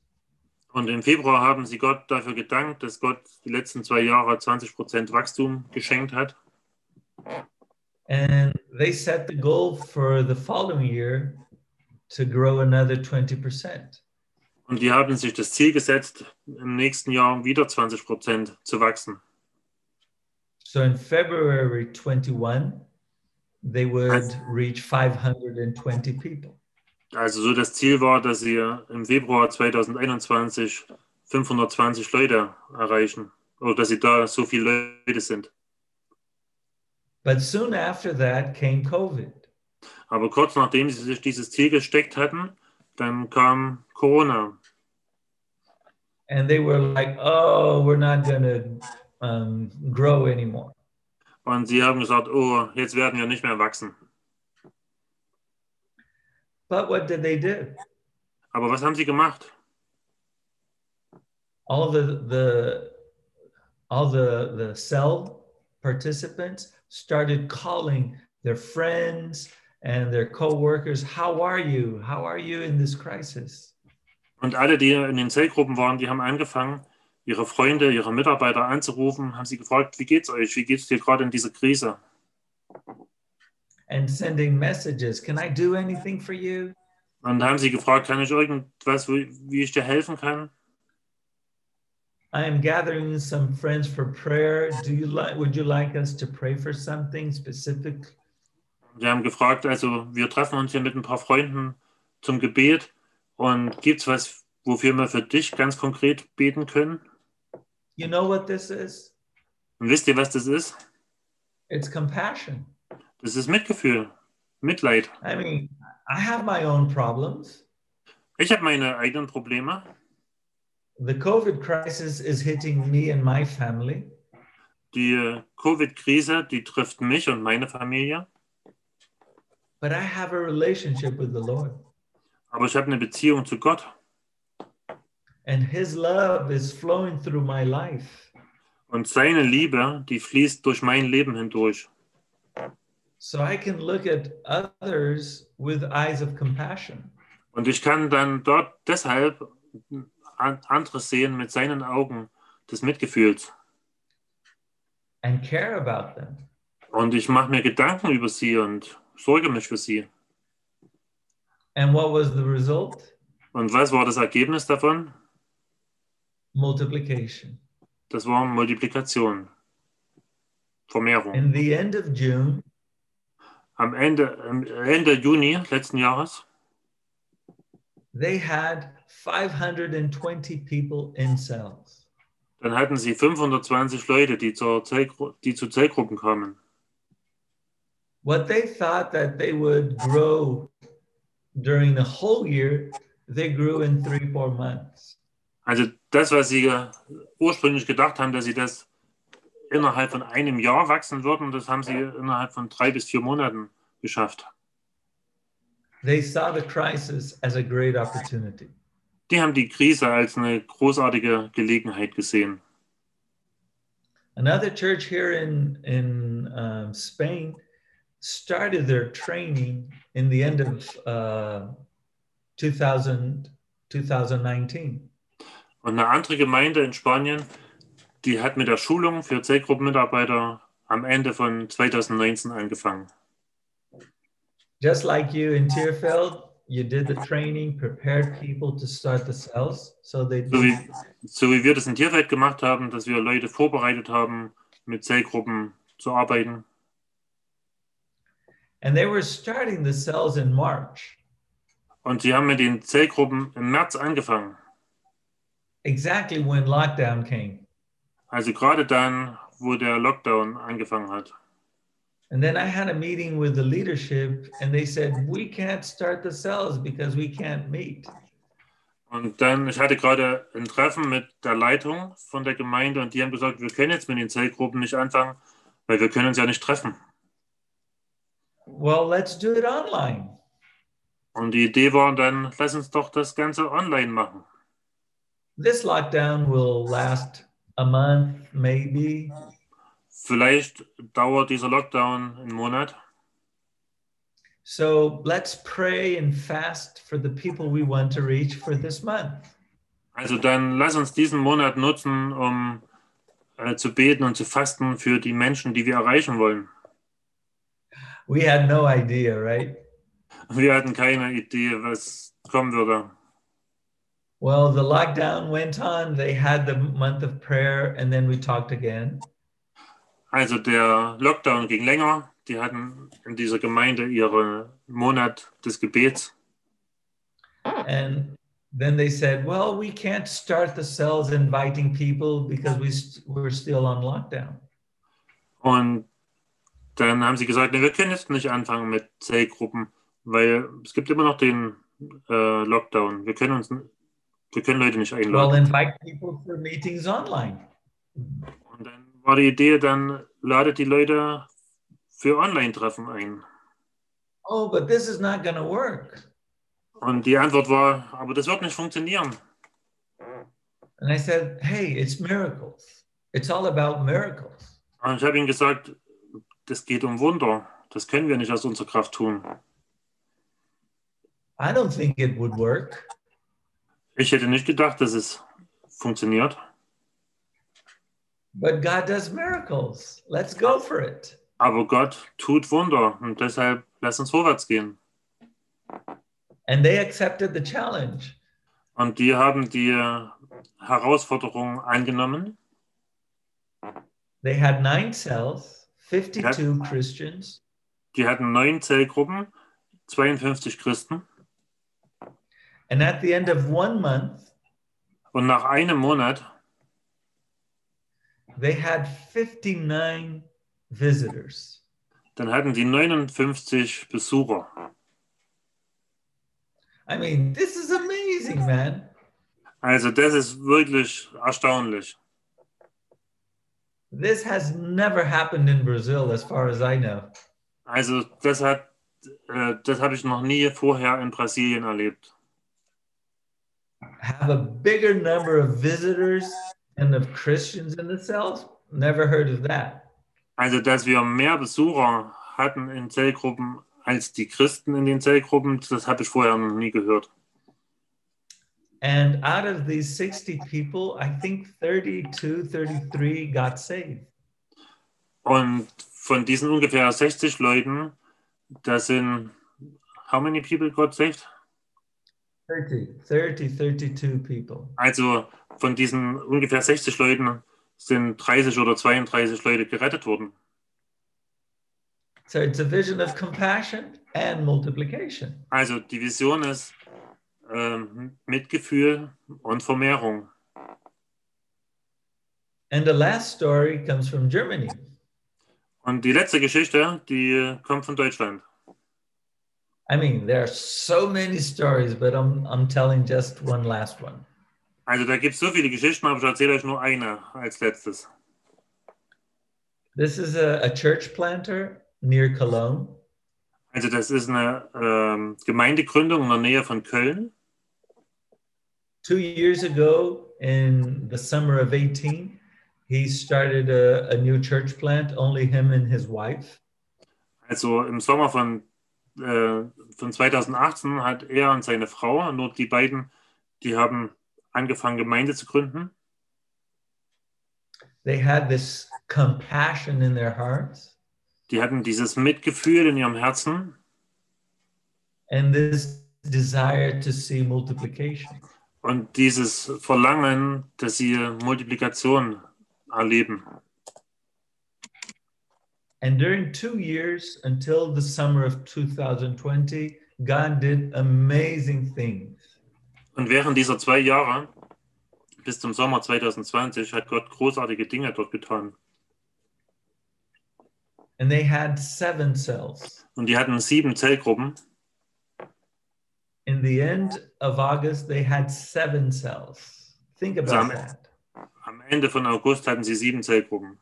Speaker 2: Und im Februar haben sie Gott dafür gedankt, dass Gott die letzten zwei Jahre 20% Wachstum geschenkt hat.
Speaker 1: And they set the goal for the following year to grow another 20%.
Speaker 2: Und die haben sich das Ziel gesetzt, im nächsten Jahr wieder 20% zu wachsen.
Speaker 1: So in February 21, they would reach 520 people.
Speaker 2: Also so das Ziel war, dass sie im Februar 2021 520 Leute erreichen. Oder dass sie da so viele Leute sind.
Speaker 1: But soon after that came COVID.
Speaker 2: Aber kurz nachdem sie sich dieses Ziel gesteckt hatten, dann kam Corona.
Speaker 1: And they were like, oh, we're not going to um, grow anymore.
Speaker 2: Und sie haben gesagt, oh, jetzt werden wir nicht mehr wachsen.
Speaker 1: But what did they do?
Speaker 2: Aber was haben sie gemacht?
Speaker 1: All the, the, all the, the cell participants started calling their friends and their coworkers. How are you? How are you in this crisis?
Speaker 2: Und alle, die in den Zellgruppen waren, die haben angefangen, ihre Freunde, ihre Mitarbeiter anzurufen, haben sie gefragt, wie geht's euch? Wie geht's dir gerade in dieser Krise?
Speaker 1: And sending messages. Can I do anything for you?
Speaker 2: Und haben sie gefragt, kann ich irgendwas, wie wie ich dir helfen kann?
Speaker 1: I am gathering some friends for prayer. Do you like? Would you like us to pray for something specific?
Speaker 2: Wir haben gefragt, also wir treffen uns hier mit ein paar Freunden zum Gebet und gibt's was, wofür wir für dich ganz konkret beten können?
Speaker 1: You know what this is?
Speaker 2: Und wisst ihr, was das ist?
Speaker 1: It's compassion.
Speaker 2: Das ist Mitgefühl, Mitleid.
Speaker 1: I mean, I have my own problems.
Speaker 2: Ich habe meine eigenen Probleme.
Speaker 1: The COVID crisis is hitting me and my family.
Speaker 2: Die Covid-Krise, die trifft mich und meine Familie.
Speaker 1: but I have a relationship with the Lord,
Speaker 2: Aber ich habe eine Beziehung zu Gott
Speaker 1: and His love is flowing through my life.
Speaker 2: und seine Liebe, die fließt durch mein Leben hindurch.
Speaker 1: So I can look at others with eyes of compassion.
Speaker 2: Und ich kann dann dort deshalb an- andere sehen mit seinen Augen des Mitgefühls.
Speaker 1: And care about them.
Speaker 2: Und ich mache mir Gedanken über sie und sorge mich für sie.
Speaker 1: And what was the result?
Speaker 2: Und was war das Ergebnis davon?
Speaker 1: Multiplication.
Speaker 2: Das war Multiplikation, Vermehrung.
Speaker 1: In the end of June,
Speaker 2: Am Ende, am Ende Juni letzten Jahres
Speaker 1: they had 520 people in cells.
Speaker 2: Dann hatten sie 520 Leute, die, zur Zellgru die zu Zellgruppen kamen.
Speaker 1: What they thought that they would grow during the whole year, they grew in three, four months.
Speaker 2: Also das, was sie äh, ursprünglich gedacht haben, dass sie das innerhalb von einem Jahr wachsen würden, das haben sie innerhalb von drei bis vier Monaten geschafft.
Speaker 1: They saw the crisis as a great opportunity.
Speaker 2: Die haben die Krise als eine großartige Gelegenheit gesehen.
Speaker 1: Another church here in, in um, Spain started their training in the end of uh, 2000, 2019.
Speaker 2: Und eine andere Gemeinde in Spanien, die hat mit der Schulung für Zellgruppenmitarbeiter am Ende von 2019 angefangen.
Speaker 1: Just like you in Tierfeld, you did the training, prepared people to start the cells. So they
Speaker 2: So wie, so wie wir das in Tierfeld gemacht haben, dass wir Leute vorbereitet haben, mit Zellgruppen zu arbeiten.
Speaker 1: and they were starting the cells in March,
Speaker 2: Und sie haben mit den Zellgruppen im März angefangen.
Speaker 1: exactly when lockdown came.
Speaker 2: Also gerade dann, wo der Lockdown angefangen hat.
Speaker 1: And then I had a meeting with the leadership, and they said, We can't start the cells because we can't meet.
Speaker 2: Und dann, ich hatte gerade ein Treffen mit der Leitung von der Gemeinde und die haben gesagt, wir können jetzt mit den Zellgruppen nicht anfangen, weil wir können uns ja nicht treffen.
Speaker 1: Well, let's do it online.
Speaker 2: Und die Idee war dann, lass uns doch das Ganze online machen.
Speaker 1: This lockdown will last a month, maybe.
Speaker 2: Vielleicht dauert dieser Lockdown einen Monat.
Speaker 1: So let's pray and fast for the people we want to reach for this month.
Speaker 2: Also dann lass uns diesen Monat nutzen, um äh, zu beten und zu fasten für die Menschen, die wir erreichen wollen.
Speaker 1: We had no idea, right?
Speaker 2: Wir hatten keine Idee, was kommen würde.
Speaker 1: Well, the lockdown went on. They had the month of prayer, and then we talked again.
Speaker 2: Also der Lockdown ging länger. Die hatten in dieser Gemeinde ihren Monat des Gebets.
Speaker 1: And then they said, well, we can't start the cells inviting people because we st- we're still on lockdown.
Speaker 2: Und dann haben sie gesagt, nee, wir können jetzt nicht anfangen mit Zellgruppen, weil es gibt immer noch den äh, Lockdown. Wir können uns, wir können Leute nicht
Speaker 1: Well,
Speaker 2: einladen.
Speaker 1: invite people for meetings online.
Speaker 2: Und dann war die Idee, dann ladet die Leute für Online-Treffen ein.
Speaker 1: Oh, but this is not going to work.
Speaker 2: Und die Antwort war, aber das wird nicht funktionieren.
Speaker 1: And I said, hey, it's miracles. It's all about miracles.
Speaker 2: Und ich habe ihnen gesagt, das geht um Wunder. Das können wir nicht aus unserer Kraft tun.
Speaker 1: I don't think it would work.
Speaker 2: Ich hätte nicht gedacht, dass es funktioniert.
Speaker 1: But God does miracles. Let's go for it.
Speaker 2: Aber Gott tut Wunder und deshalb lass uns vorwärts gehen.
Speaker 1: And they accepted the challenge.
Speaker 2: Und die haben die Herausforderung angenommen.
Speaker 1: They had nine cells, 52 Christians,
Speaker 2: Die hatten neun Zellgruppen, 52 Christen.
Speaker 1: And at the end of one month,
Speaker 2: Und nach einem Monat
Speaker 1: they had 59 visitors.
Speaker 2: dann hatten die 59 Besucher.
Speaker 1: I mean, this is amazing, man.
Speaker 2: Also das ist wirklich erstaunlich.
Speaker 1: This has never happened in Brazil, as far as I know.
Speaker 2: Also das hat, äh, das habe ich noch nie vorher in Brasilien erlebt.
Speaker 1: Have a bigger number of visitors and of Christians in the cells? Never heard of that.
Speaker 2: Also, dass wir mehr Besucher hatten in Zellgruppen als die Christen in den Zellgruppen, das habe ich vorher noch nie gehört.
Speaker 1: And out of these 60 people, I think 32, 33 got saved.
Speaker 2: Und von diesen ungefähr 60 Leuten, das sind, how many people God saved?
Speaker 1: 30, 30, 32 people.
Speaker 2: Also, von diesen ungefähr 60 Leuten sind 30 oder 32 Leute gerettet worden.
Speaker 1: So it's a vision of compassion and multiplication.
Speaker 2: Also, die Vision ist, ähm, Mitgefühl und Vermehrung.
Speaker 1: And the last story comes from Germany.
Speaker 2: Und die letzte Geschichte, die kommt von Deutschland.
Speaker 1: I mean, there are so many stories, but I'm, I'm telling just one last one.
Speaker 2: Also da gibt es so viele Geschichten, aber ich erzähle euch nur eine als letztes.
Speaker 1: This is a, a church planter near Cologne.
Speaker 2: Also das ist eine ähm, Gemeindegründung in der Nähe von Köln.
Speaker 1: Two years ago, in the summer of 18, he started a, a new church plant, only him and his wife.
Speaker 2: Also im Sommer von, äh, von 2018 hat er und seine Frau, nur die beiden, die haben angefangen, Gemeinde zu gründen.
Speaker 1: They had this compassion in their hearts
Speaker 2: Die hatten dieses Mitgefühl in ihrem Herzen
Speaker 1: and this desire to see multiplication.
Speaker 2: und dieses Verlangen, dass sie Multiplikation erleben.
Speaker 1: And during two years until the summer of 2020, God did amazing things.
Speaker 2: Und während dieser zwei Jahre, bis zum Sommer 2020, hat Gott großartige Dinge dort getan.
Speaker 1: And they had seven cells.
Speaker 2: Und die hatten sieben Zellgruppen.
Speaker 1: In the end of August, they had seven cells. Think about
Speaker 2: Amen.
Speaker 1: that.
Speaker 2: Am Ende von August hatten sie sieben Zellgruppen.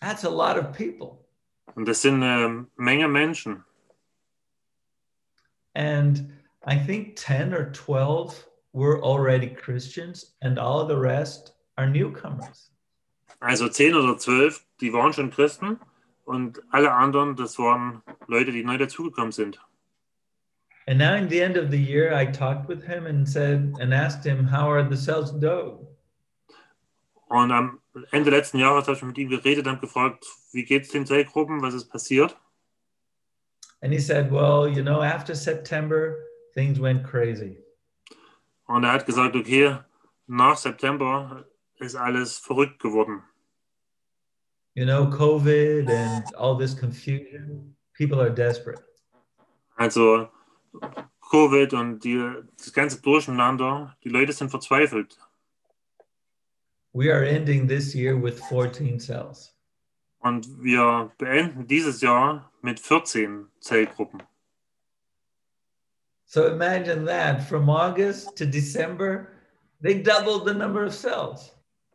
Speaker 1: That's a lot of people.
Speaker 2: Und das sind eine Menge Menschen.
Speaker 1: And I think 10 or 12 were already Christians, and all the rest are newcomers.
Speaker 2: Also zehn oder zwölf, die waren schon Christen. Und alle anderen, das waren Leute, die neu dazugekommen sind.
Speaker 1: And now, in the end of the year, I talked with him and said, and asked him, How are the cells doing?
Speaker 2: Und am Ende letzten Jahres habe ich mit ihm geredet und habe gefragt, wie geht es den Zellgruppen, was ist passiert?
Speaker 1: And he said, Well, you know, after September, things went crazy.
Speaker 2: Und er hat gesagt, okay, nach September ist alles verrückt geworden.
Speaker 1: You know, COVID and all this confusion, people are desperate.
Speaker 2: Also Covid und die, das ganze Durcheinander, die Leute sind verzweifelt.
Speaker 1: We are ending this year with 14 cells.
Speaker 2: Und wir beenden dieses Jahr mit 14 Zellgruppen.
Speaker 1: So imagine that from August to December, they doubled the number of cells.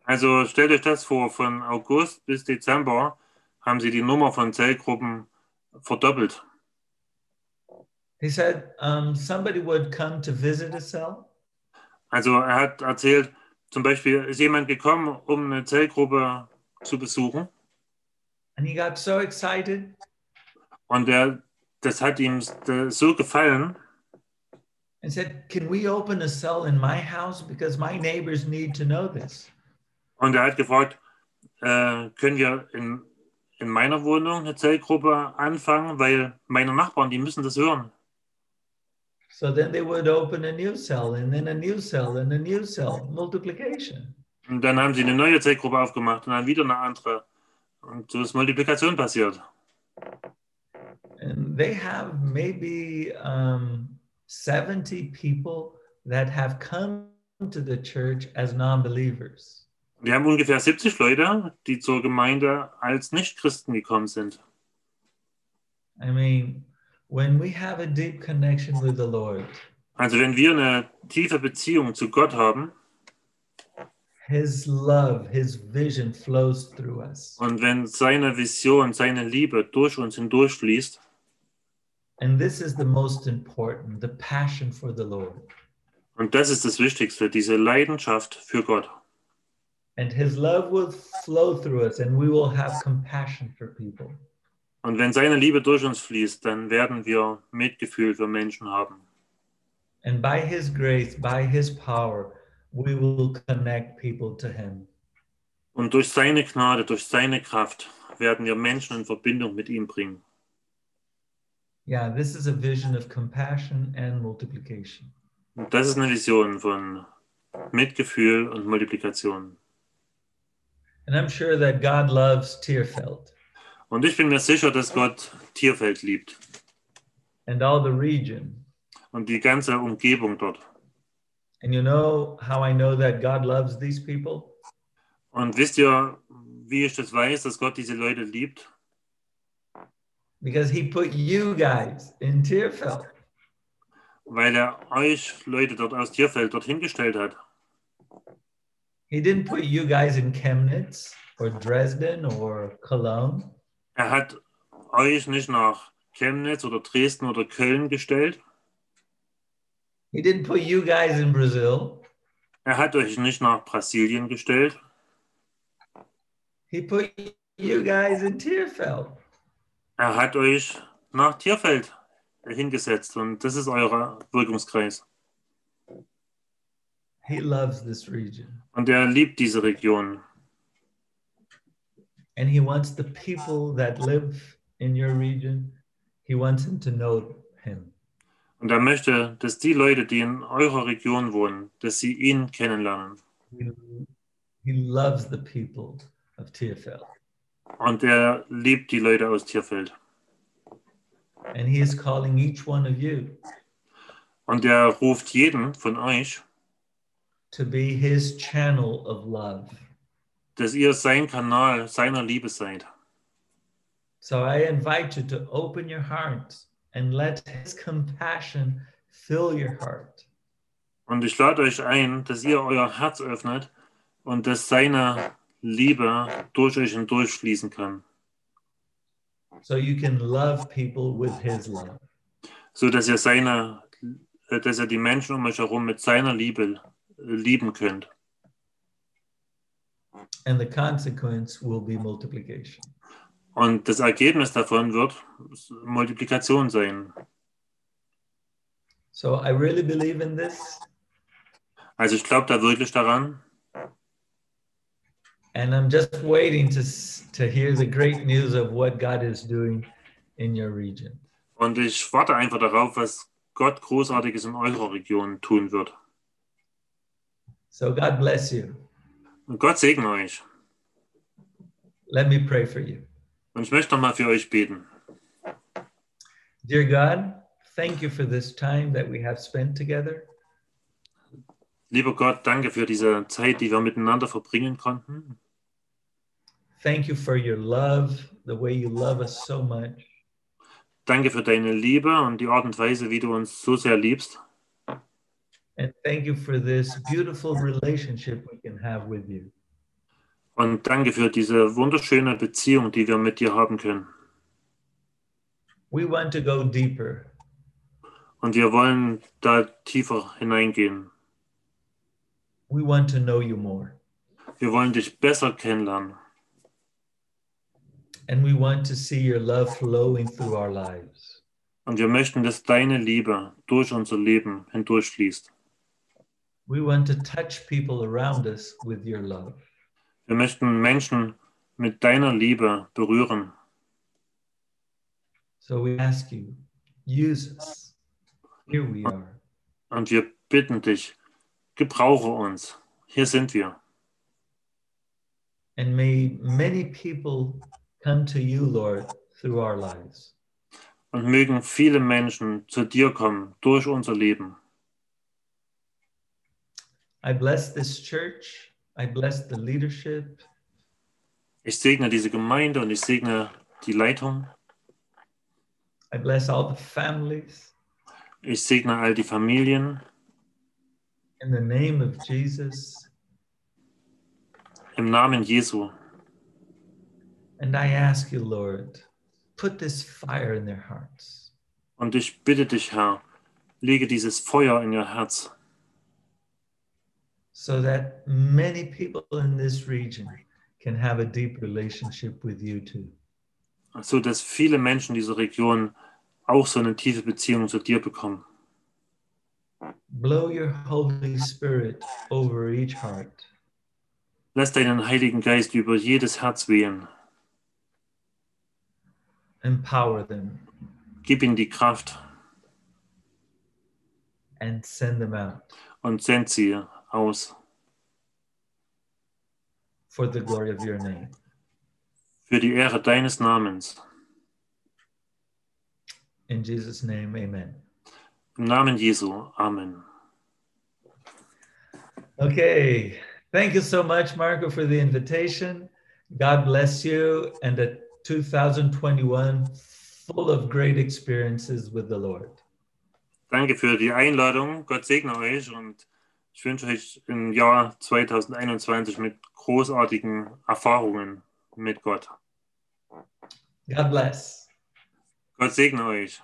Speaker 2: Also stellt euch das vor, von August bis Dezember haben sie die Nummer von Zellgruppen verdoppelt.
Speaker 1: He said um, somebody would come to visit a cell,
Speaker 2: Also er hat erzählt, zum Beispiel ist jemand gekommen, um eine Zellgruppe zu besuchen.
Speaker 1: and he got so excited
Speaker 2: Und der, das hat ihm so gefallen,
Speaker 1: and said, Can we open a cell in my house? Because my neighbors need to know this.
Speaker 2: Und er hat gefragt, äh, können wir in, in meiner Wohnung eine Zellgruppe anfangen, weil meine Nachbarn, die müssen das hören.
Speaker 1: So then they would open a new cell, and then a new cell, and a new cell, multiplication.
Speaker 2: Und dann haben sie eine neue Zellgruppe aufgemacht und dann wieder eine andere. Und so ist Multiplikation passiert.
Speaker 1: And they have maybe um, 70 people that have come to the church as non believers.
Speaker 2: Wir haben ungefähr 70 Leute, die zur Gemeinde als Nichtchristen gekommen sind.
Speaker 1: I mean, when we have a deep connection with the Lord,
Speaker 2: Also wenn wir eine tiefe Beziehung zu Gott haben
Speaker 1: His love, His vision flows through us.
Speaker 2: und wenn seine Vision, seine Liebe durch uns hindurchfließt,
Speaker 1: And this is the most important the passion for the Lord.
Speaker 2: und das ist das Wichtigste, diese Leidenschaft für Gott.
Speaker 1: And His love will flow through us, and we will have compassion for people.
Speaker 2: Und wenn seine Liebe durch uns fließt, dann werden wir Mitgefühl für Menschen haben.
Speaker 1: And by His grace, by His power, we will connect people to Him.
Speaker 2: Und durch seine Gnade, durch seine Kraft werden wir Menschen in Verbindung mit ihm bringen.
Speaker 1: Yeah, this is a vision of compassion and multiplication.
Speaker 2: Und das ist eine Vision von Mitgefühl und Multiplikation.
Speaker 1: And I'm sure that God loves Tierfeld
Speaker 2: Und ich bin mir sicher, dass Gott Tierfeld liebt
Speaker 1: and all the region.
Speaker 2: und die ganze Umgebung dort.
Speaker 1: And you know how I know that God loves these people?
Speaker 2: Und wisst ihr, wie ich das weiß, dass Gott diese Leute liebt?
Speaker 1: Because He put you guys in Tearfell.
Speaker 2: Weil er euch Leute dort aus Tierfeld dorthin gestellt hat.
Speaker 1: He didn't put you guys in Chemnitz or Dresden or Cologne.
Speaker 2: Er hat euch nicht nach Chemnitz oder Dresden oder Köln gestellt.
Speaker 1: He didn't put you guys in Brazil.
Speaker 2: Er hat euch nicht nach Brasilien gestellt.
Speaker 1: He put you guys in Tearfell.
Speaker 2: Er hat euch nach Tierfeld hingesetzt und das ist euer Wirkungskreis.
Speaker 1: He loves this region
Speaker 2: Und er liebt diese Region
Speaker 1: and He wants the people that live in your region, He wants them to know Him.
Speaker 2: und er möchte, dass die Leute, die in eurer Region wohnen, dass sie ihn kennenlernen.
Speaker 1: He, he loves the people of Tearfell
Speaker 2: Und er liebt die Leute aus Tierfeld.
Speaker 1: and He is calling each one of you
Speaker 2: Und er ruft jeden von euch,
Speaker 1: to be His channel of love.
Speaker 2: dass ihr sein Kanal seiner Liebe seid.
Speaker 1: So I invite you to open your heart and let His compassion fill your heart.
Speaker 2: Und ich lade euch ein, dass ihr euer Herz öffnet und dass seine Liebe durch euch hindurch fließen kann,
Speaker 1: so you can love people with his love.
Speaker 2: so dass ihr seine, äh, dass ihr die Menschen um euch herum mit seiner Liebe äh, lieben könnt.
Speaker 1: And the consequence will be multiplication.
Speaker 2: Und das Ergebnis davon wird Multiplikation sein.
Speaker 1: So I really believe in this.
Speaker 2: Also ich glaube da wirklich daran
Speaker 1: And I'm just waiting to, s- to hear the great news of what God is doing in your region.
Speaker 2: und ich warte einfach darauf, was Gott großartiges in eurer Region tun wird.
Speaker 1: So God bless you.
Speaker 2: Und Gott segne euch.
Speaker 1: Let me pray for you.
Speaker 2: Und ich möchte nochmal für euch beten.
Speaker 1: Dear God, thank you for this time that we have spent together.
Speaker 2: Lieber Gott, danke für diese Zeit, die wir miteinander verbringen konnten.
Speaker 1: Thank you for your love, the way you love us so much.
Speaker 2: Danke für deine Liebe und die Art und Weise, wie du uns so sehr liebst.
Speaker 1: And thank you for this beautiful relationship we can have with you.
Speaker 2: Und danke für diese wunderschöne Beziehung, die wir mit dir haben können.
Speaker 1: We want to go deeper
Speaker 2: Und wir wollen da tiefer hineingehen.
Speaker 1: We want to know you more
Speaker 2: Wir wollen dich besser kennenlernen.
Speaker 1: and we want to see your love flowing through our lives.
Speaker 2: Und wir möchten, dass deine Liebe durch unser Leben hindurchfließt.
Speaker 1: We want to touch people around us with your love.
Speaker 2: Wir möchten Menschen mit deiner Liebe berühren.
Speaker 1: So we ask you, use us. Here we are.
Speaker 2: Und wir bitten dich, gebrauche uns. Hier sind wir.
Speaker 1: And may many people come to you, Lord, through our lives.
Speaker 2: Und mögen viele Menschen zu dir kommen durch unser Leben.
Speaker 1: I bless this church. I bless the leadership.
Speaker 2: Ich segne diese Gemeinde und ich segne die Leitung.
Speaker 1: I bless all the families.
Speaker 2: Ich segne all die Familien
Speaker 1: In the name of Jesus.
Speaker 2: im Namen Jesu.
Speaker 1: And I ask you, Lord, put this fire in their hearts.
Speaker 2: Und ich bitte dich, Herr, lege dieses Feuer in ihr Herz,
Speaker 1: so that many people in this region can have a deep relationship with you too.
Speaker 2: so dass viele Menschen dieser Region auch so eine tiefe Beziehung zu dir bekommen.
Speaker 1: Blow your Holy Spirit over each heart
Speaker 2: Lass deinen Heiligen Geist über jedes Herz wehen.
Speaker 1: empower them,
Speaker 2: Gib ihnen die Kraft
Speaker 1: and send them out
Speaker 2: und send sie aus
Speaker 1: for the glory of your name.
Speaker 2: für die Ehre deines Namens.
Speaker 1: In Jesus' name, amen.
Speaker 2: In Im Namen Jesu. Amen.
Speaker 1: Okay. Thank you so much, Marco, for the invitation. God bless you and a 2021 full of great experiences with the Lord.
Speaker 2: Danke für die Einladung. Gott segne euch und ich wünsche euch im Jahr 2021 mit großartigen Erfahrungen mit Gott.
Speaker 1: God bless.
Speaker 2: Gott segne euch.